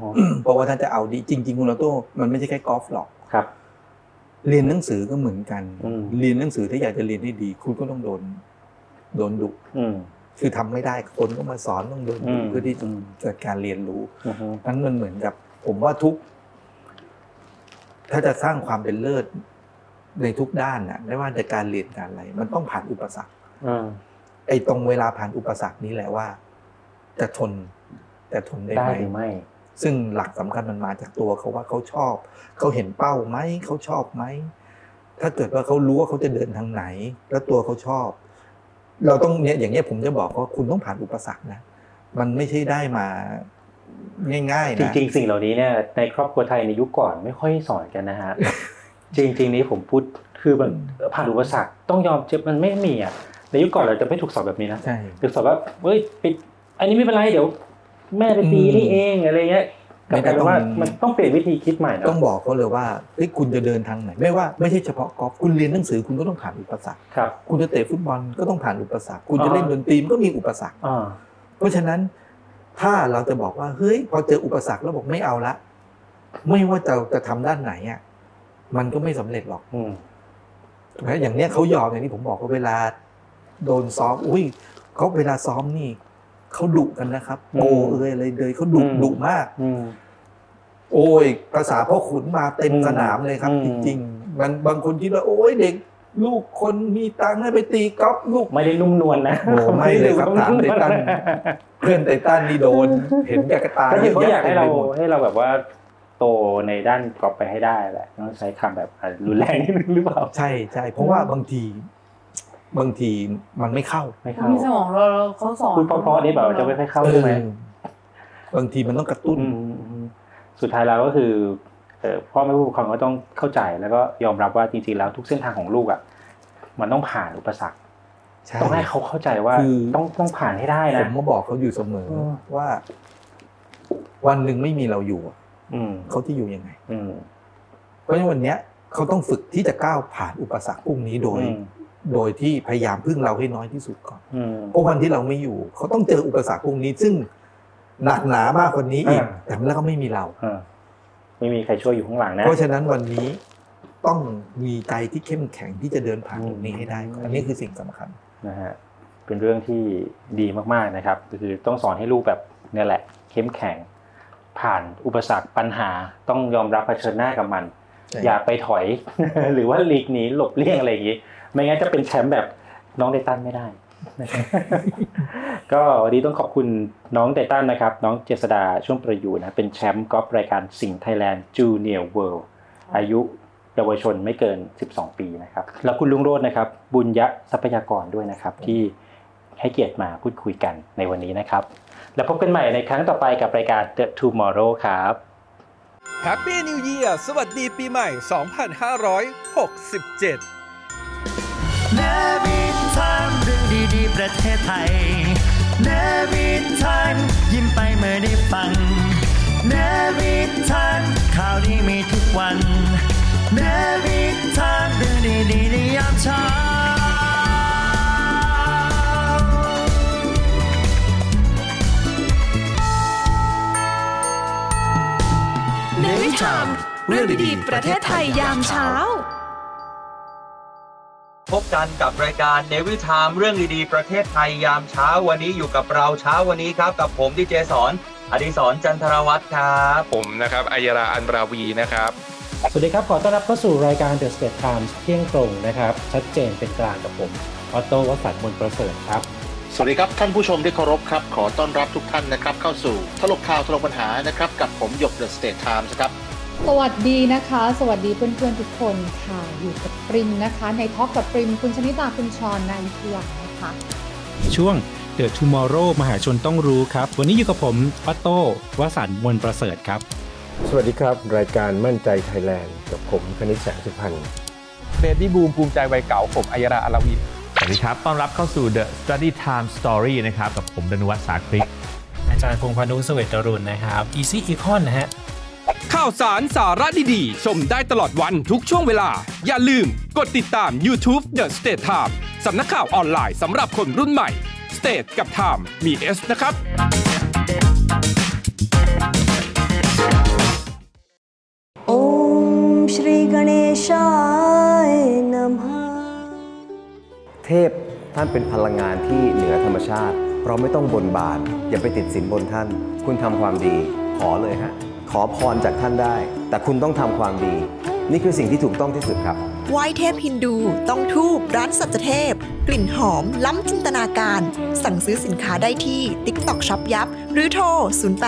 [SPEAKER 6] เพราะว่าถ้าจะเอาดีจริง ๆ คุณโรโต้มันไม่ใช่แค่กอล์ฟหรอก
[SPEAKER 5] ครับ
[SPEAKER 6] เรียนหนังสือก็เหมือนกัน เรียนหนังสือถ้าอยากจะเรียนให้ดี คุณก็ต้องโดน โดนดุ
[SPEAKER 5] อืม
[SPEAKER 6] คือทำไม่ได้คนก็มาสอนต้องโดน
[SPEAKER 5] อื
[SPEAKER 6] ดุ
[SPEAKER 5] ม
[SPEAKER 6] เพื่อที่จะเกิดการเรียนรู้
[SPEAKER 5] อือฮึ
[SPEAKER 6] นั้นมันเหมือนกับ ผมว่าทุก ถ้าจะสร้างความเป็นเลิศในทุกด้านน่ะ ไม่ว่าจะการเรียนการอะไร มันต้องผ่านอุปสรรค
[SPEAKER 5] อ่า
[SPEAKER 6] ไอ้ตรงเวลาผ่านอุปสรรคนี้แหละว่า จะทนแต่ทนได้
[SPEAKER 5] ได้หรือไม่
[SPEAKER 6] ซึ่งหลักสำคัญมันมาจากตัวเขาว่าเขาชอบเขาเห็นเป้าไหมเขาชอบไหมถ้าเกิดว่าเขารู้ว่าเขาจะเดินทางไหน แล้วตัวเขาชอบ เราต้องเนี่ยอย่างเงี้ยผมจะบอกว่าคุณต้องผ่านอุปสรรคนะมันไม่ใช่ได้มาง่าย
[SPEAKER 5] จ
[SPEAKER 6] ๆนะ
[SPEAKER 5] ริงๆ สิ่งเหล่านี้เนี่ยในครอบครัวไทยในยุคก่อนไม่ค่อยสอนกันนะฮะ จริง ๆ นี้ผมพูดคือมันผ่านอุปสรรคต้องยอมเจ็บมันไม่มีอ่ะในยุคก่อนเราจะไม่ถูกสอนแบบนี้นะ
[SPEAKER 6] ใช่
[SPEAKER 5] ถูกสอนว่าเฮ้ยปิดอันนี้ไม่เป็นไรเดี๋ยว แม่ไปตีนี่เองอะไรเงี้ยกลับกลายเป็นว่า
[SPEAKER 6] ไม่ต้อง
[SPEAKER 5] มันต้องเปลี่ยนวิธีคิดใหม่นะ
[SPEAKER 6] ต้องบอกเขาเลยว่าเอ้ยคุณจะเดินทางไหน ไม่ว่าไม่ใช่เฉพาะกอล์ฟคุณเรียนหนังสือคุณก็ต้องผ่านอุปสรรค
[SPEAKER 5] ครับ
[SPEAKER 6] คุณจะเตะฟุตบอลก็ต้องผ่านอุปสรรค คุณจะ
[SPEAKER 5] อ่า
[SPEAKER 6] เล่นดนตรีมันก็มีอุปสรรค
[SPEAKER 5] อ่า
[SPEAKER 6] เพราะฉะนั้นถ้าเราจะบอกว่าเฮ้ย พอเจออุปสรรคแล้วบอกไม่เอาละ ไม่ว่าจะจะทำด้านไหนอ่ะมันก็ไม่สำเร็จหรอก
[SPEAKER 5] อืม
[SPEAKER 6] นะอย่างเนี้ยเขายอมอย่างที่ผมบอกว่าเวลาโดนซ้อมอุ้ยเขาเวลาซ้อมนี่เขาดุกันนะครับ
[SPEAKER 5] อืม
[SPEAKER 6] โอเอ้ยอะไรเลยเขาดุ
[SPEAKER 5] อืม
[SPEAKER 6] ดุมาก
[SPEAKER 5] อืม
[SPEAKER 6] โอ้ยภาษาพ่อขุนมาเต็ม
[SPEAKER 5] อืม
[SPEAKER 6] สนามเลยครับ
[SPEAKER 5] อืม
[SPEAKER 6] จริงๆมันบางคนคิดว่าโอ้ยเด็ก ลูกคนมีตังค์ให้ไปตีกอล์ฟลูก
[SPEAKER 5] ไม่ได้นุ่มนวลนะ
[SPEAKER 6] โอ้ไม่เลยครับถามไททันเพื่อนไททันนี่โดน เห็นแกกระตา
[SPEAKER 5] ก็คือเขาอยากให้เรา
[SPEAKER 6] ต็มไปมด
[SPEAKER 5] ให้เราแบบว่าโตในด้านกรอบไปให้ได้แหละต้องใช้คำแบบอ่ะรุนแรงนิดนึงหรือเปล่า
[SPEAKER 6] ใช่ใช่เพราะว่าบางที บางทีมันไม่เข้า
[SPEAKER 5] ไม่
[SPEAKER 12] ร
[SPEAKER 5] เข้า
[SPEAKER 12] มีสมองเราเราเขาสอน
[SPEAKER 5] พูดเพราะๆนี่แบบจะไม่ค่อยเข้าใช่ไหม
[SPEAKER 6] เออบางทีมันต้องกระตุ้น
[SPEAKER 5] อืมอืมสุดท้ายแล้วก็คือเอ่อพ่อแม่ผู้ปกครองก็ต้องเข้าใจแล้วก็ยอมรับว่าจริงๆแล้วทุกเส้นทางของลูกอ่ะมันต้องผ่านอุปสรรค
[SPEAKER 6] ใช่
[SPEAKER 5] ต้องให้เขาเข้าใจว่า
[SPEAKER 6] คือ
[SPEAKER 5] ต้องต้องผ่านให้ได้
[SPEAKER 6] ผ
[SPEAKER 5] นะ
[SPEAKER 6] มก็บอกเขาอยู่เสมอ
[SPEAKER 5] เออ
[SPEAKER 6] ว่า วันหนึ่งไม่มีเราอยู่อะ
[SPEAKER 5] อืม
[SPEAKER 6] เขาที่อยู่ยังไง
[SPEAKER 5] อืม
[SPEAKER 6] เพราะฉะนั้นวันเนี้ยเขาต้องฝึกที่จะก้าวผ่านอุปสรรคพวกนี้โดย
[SPEAKER 5] อืม
[SPEAKER 6] โดยที่พยายามพึ่งเราให้น้อยที่สุดก่อน
[SPEAKER 5] อืม
[SPEAKER 6] เพราะวันที่เราไม่อยู่ เขาต้องเจออุปสรรคพวกนี้ซึ่งหนักหนามากกว่านี้อีก
[SPEAKER 5] อ่า
[SPEAKER 6] แต่แล้วก็ไม่มีเรา
[SPEAKER 5] อ่าไม่มีใครช่วยอยู่ข้างหลังนะ
[SPEAKER 6] เพราะฉะนั้นวันนี้ต้องมีใจที่เข้มแข็งที่จะเดินผ่านตรงนี้ให้ได้ก่อนอันนี้คือสิ่งสำคัญ
[SPEAKER 5] นะฮะเป็นเรื่องที่ดีมากๆนะครับก็คือต้องสอนให้ลูกแบบเนี่ยแหละ เข้มแข็ง ผ่านอุปสรรคปัญหาต้องยอมรับเผชิญหน้ากับมัน
[SPEAKER 6] ใช่
[SPEAKER 5] อย่าไปถอย หรือว่าหลีกหนีหลบเลี่ยงอะไรอย่างนี้ ไม่งั้นจะเป็นแชมป์แบบน้องไดตันไม่ได้ นะครับ ก็วันนี้ต้องขอบคุณน้องไดตันนะครับ น้องเจษดาช่วงประยูนนะเป็นแชมป์กอล์ฟรายการสิงห์ไทยแลนด์จูเนียร์เวิลด์อายุเยาวชนไม่เกิน 12 ปีนะครับ แล้วคุณลุงโรจน์นะครับ บุญยะทรัพยากรด้วยนะครับ ที่ให้เกียรติมาพูดคุยกันในวันนี้นะครับ แล้วพบกันใหม่ในครั้งต่อไปกับรายการ The Tomorrow ครับ
[SPEAKER 3] Happy New Year สวัสดีปีใหม่ 2567
[SPEAKER 4] เนวิดไทม์เรื่องดีๆ ประเทศไทยเนวิดไทม์ยิ้มไปเมื่อได้ฟังเนวิดไทม์ข่าวดีมีทุกวันเนวิดไทม์เรื่องดีๆในยามเช้า
[SPEAKER 1] เนวิชามเรื่องดีๆ ประเทศไทยยามเช้า
[SPEAKER 7] พบกันกับรายการเนวิทามเรื่องดีๆ ประเทศไทยยามเช้าวันนี้อยู่กับเราเช้าวันนี้ครับ กับผมดีเจสอนอดิสรจันทรวัตรครับ
[SPEAKER 8] ผมนะครับอัยราอันราวีนะครับ
[SPEAKER 5] สวัสดีครับ ขอต้อนรับเข้าสู่รายการ The State Times เที่ยงตรงนะครับ ชัดเจนเป็นกลางกับผม ออโต้วสันต์มนต์ประเสริฐครับ
[SPEAKER 14] สวัสดีครับ ท่านผู้ชมที่เคารพครับ ขอต้อนรับทุกท่านนะครับ เข้าสู่ทลกข่าวทลกปัญหานะครับ กับผมหยกเดอะสเตทไทมส์ครับ
[SPEAKER 11] สวัสดีนะคะ สวัสดีเพื่อนๆทุกคนค่ะ อยู่กับปริมนะคะ ในท็อกกับปริมคุณชนิตาคุณชรนายิทยานะคะ
[SPEAKER 13] ช่วง The Tomorrow มหาชนต้องรู้ครับ วันนี้อยู่กับผมออโต้วสันต์มนต์ประเสริฐครับ
[SPEAKER 15] สวัสดีครับ รายการมั่นใจไทยแลนด์กับผมคณิตแสงสุพรรณ
[SPEAKER 16] เบบี้บูมภูมิใจวัยเก่าผมอัยราอาราวี
[SPEAKER 17] สวัสดีครับ ต้อนรับเข้าสู่ The Study Time Story นะครับ กับผมดนวัฒน์สาคริก
[SPEAKER 5] อาจารย์พงษ์พานุเสเวตรุณนะครับ Easy Econ นะฮะ
[SPEAKER 8] ข่าวสารสาระดีๆ ชมได้ตลอดวันทุกช่วงเวลา อย่าลืมกดติดตาม YouTube The State Time สำนักข่าวออนไลน์สำหรับคนรุ่นใหม่ State กับ Time มี S นะครับ
[SPEAKER 18] โอ้มชรีกเนชายนมหา
[SPEAKER 19] เทพท่านเป็นพลังงานที่เหนือธรรมชาติ เราไม่ต้องบนบาน อย่าไปติดสินบนท่าน คุณทำความดี ขอเลยฮะ ขอพรจากท่านได้ แต่คุณต้องทำความดี นี่คือสิ่งที่ถูกต้องที่สุดครับ
[SPEAKER 20] ไหว้เทพฮินดู ต้องทูบร้านสัจเทพ กลิ่นหอม ล้ำจินตนาการ สั่งซื้อสินค้าได้ที่ TikTok Shop ยับ หรือโทร 0814891116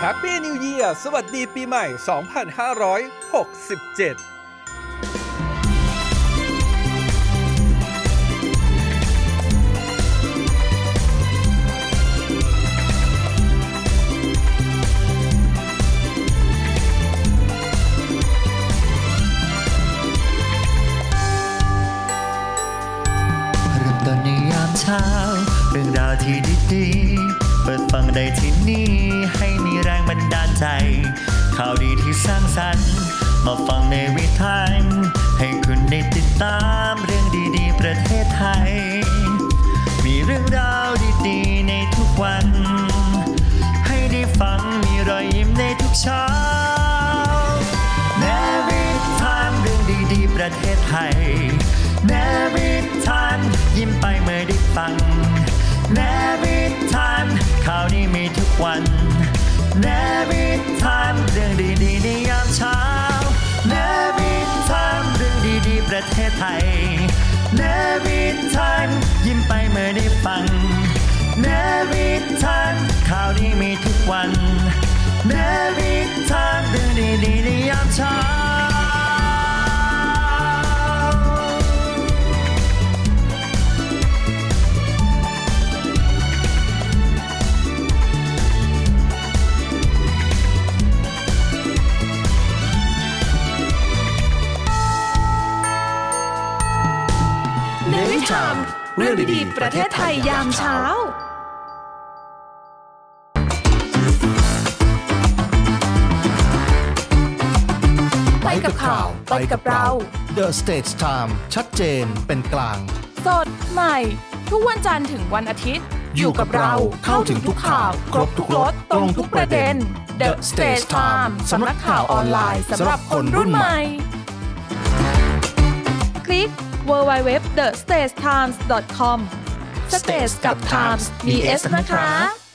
[SPEAKER 8] แฮปปี้นิวเยียสวัสดีปีใหม่ 2567
[SPEAKER 12] เริ่มต้นในยามเช้า เรื่องราวที่ดีๆ เปิดฟังได้ที่นี่ ให้มีแรงบันดาลใจ ข่าวดีที่สร้างสรรค์ มาฟังในวิถีไทยให้คุณได้ติดตามเรื่องดีๆ ประเทศไทย มีเรื่องราวดีๆ ในทุกวัน ให้ได้ฟังมีรอยยิ้มในทุกเช้าแนวิถีไทยเรื่องดีๆ ประเทศไทย เนวิทันยิ้มไปเมื่อได้ฟังเนวิทันข่าวนี้มีทุกวันเนวิทันเรื่องดีๆในยามเช้าเนวิทันเรื่องดีๆประเทศไทยเนวิทันยิ้มไปเมื่อได้ฟังเนวิทันข่าวนี้มีทุกวันเนวิทันเรื่องดีๆในยามเช้า
[SPEAKER 1] เนวิชามเรื่องดีๆ ประเทศไทยยามเช้า
[SPEAKER 2] ไปกับข่าว ไปกับเรา The Stage Time ชัดเจนเป็นกลาง
[SPEAKER 1] สดใหม่ ทุกวันจันทร์ถึงวันอาทิตย์
[SPEAKER 2] อยู่กับเราเข้าถึงทุกข่าว ครบทุกรสตรงทุกประเด็น
[SPEAKER 1] The Stage Time สำนักข่าวออนไลน์สำหรับคนรุ่นใหม่ คลิก w w w t h e s t a g e t i m e s c o m Stage กับ Times มี S นะคะ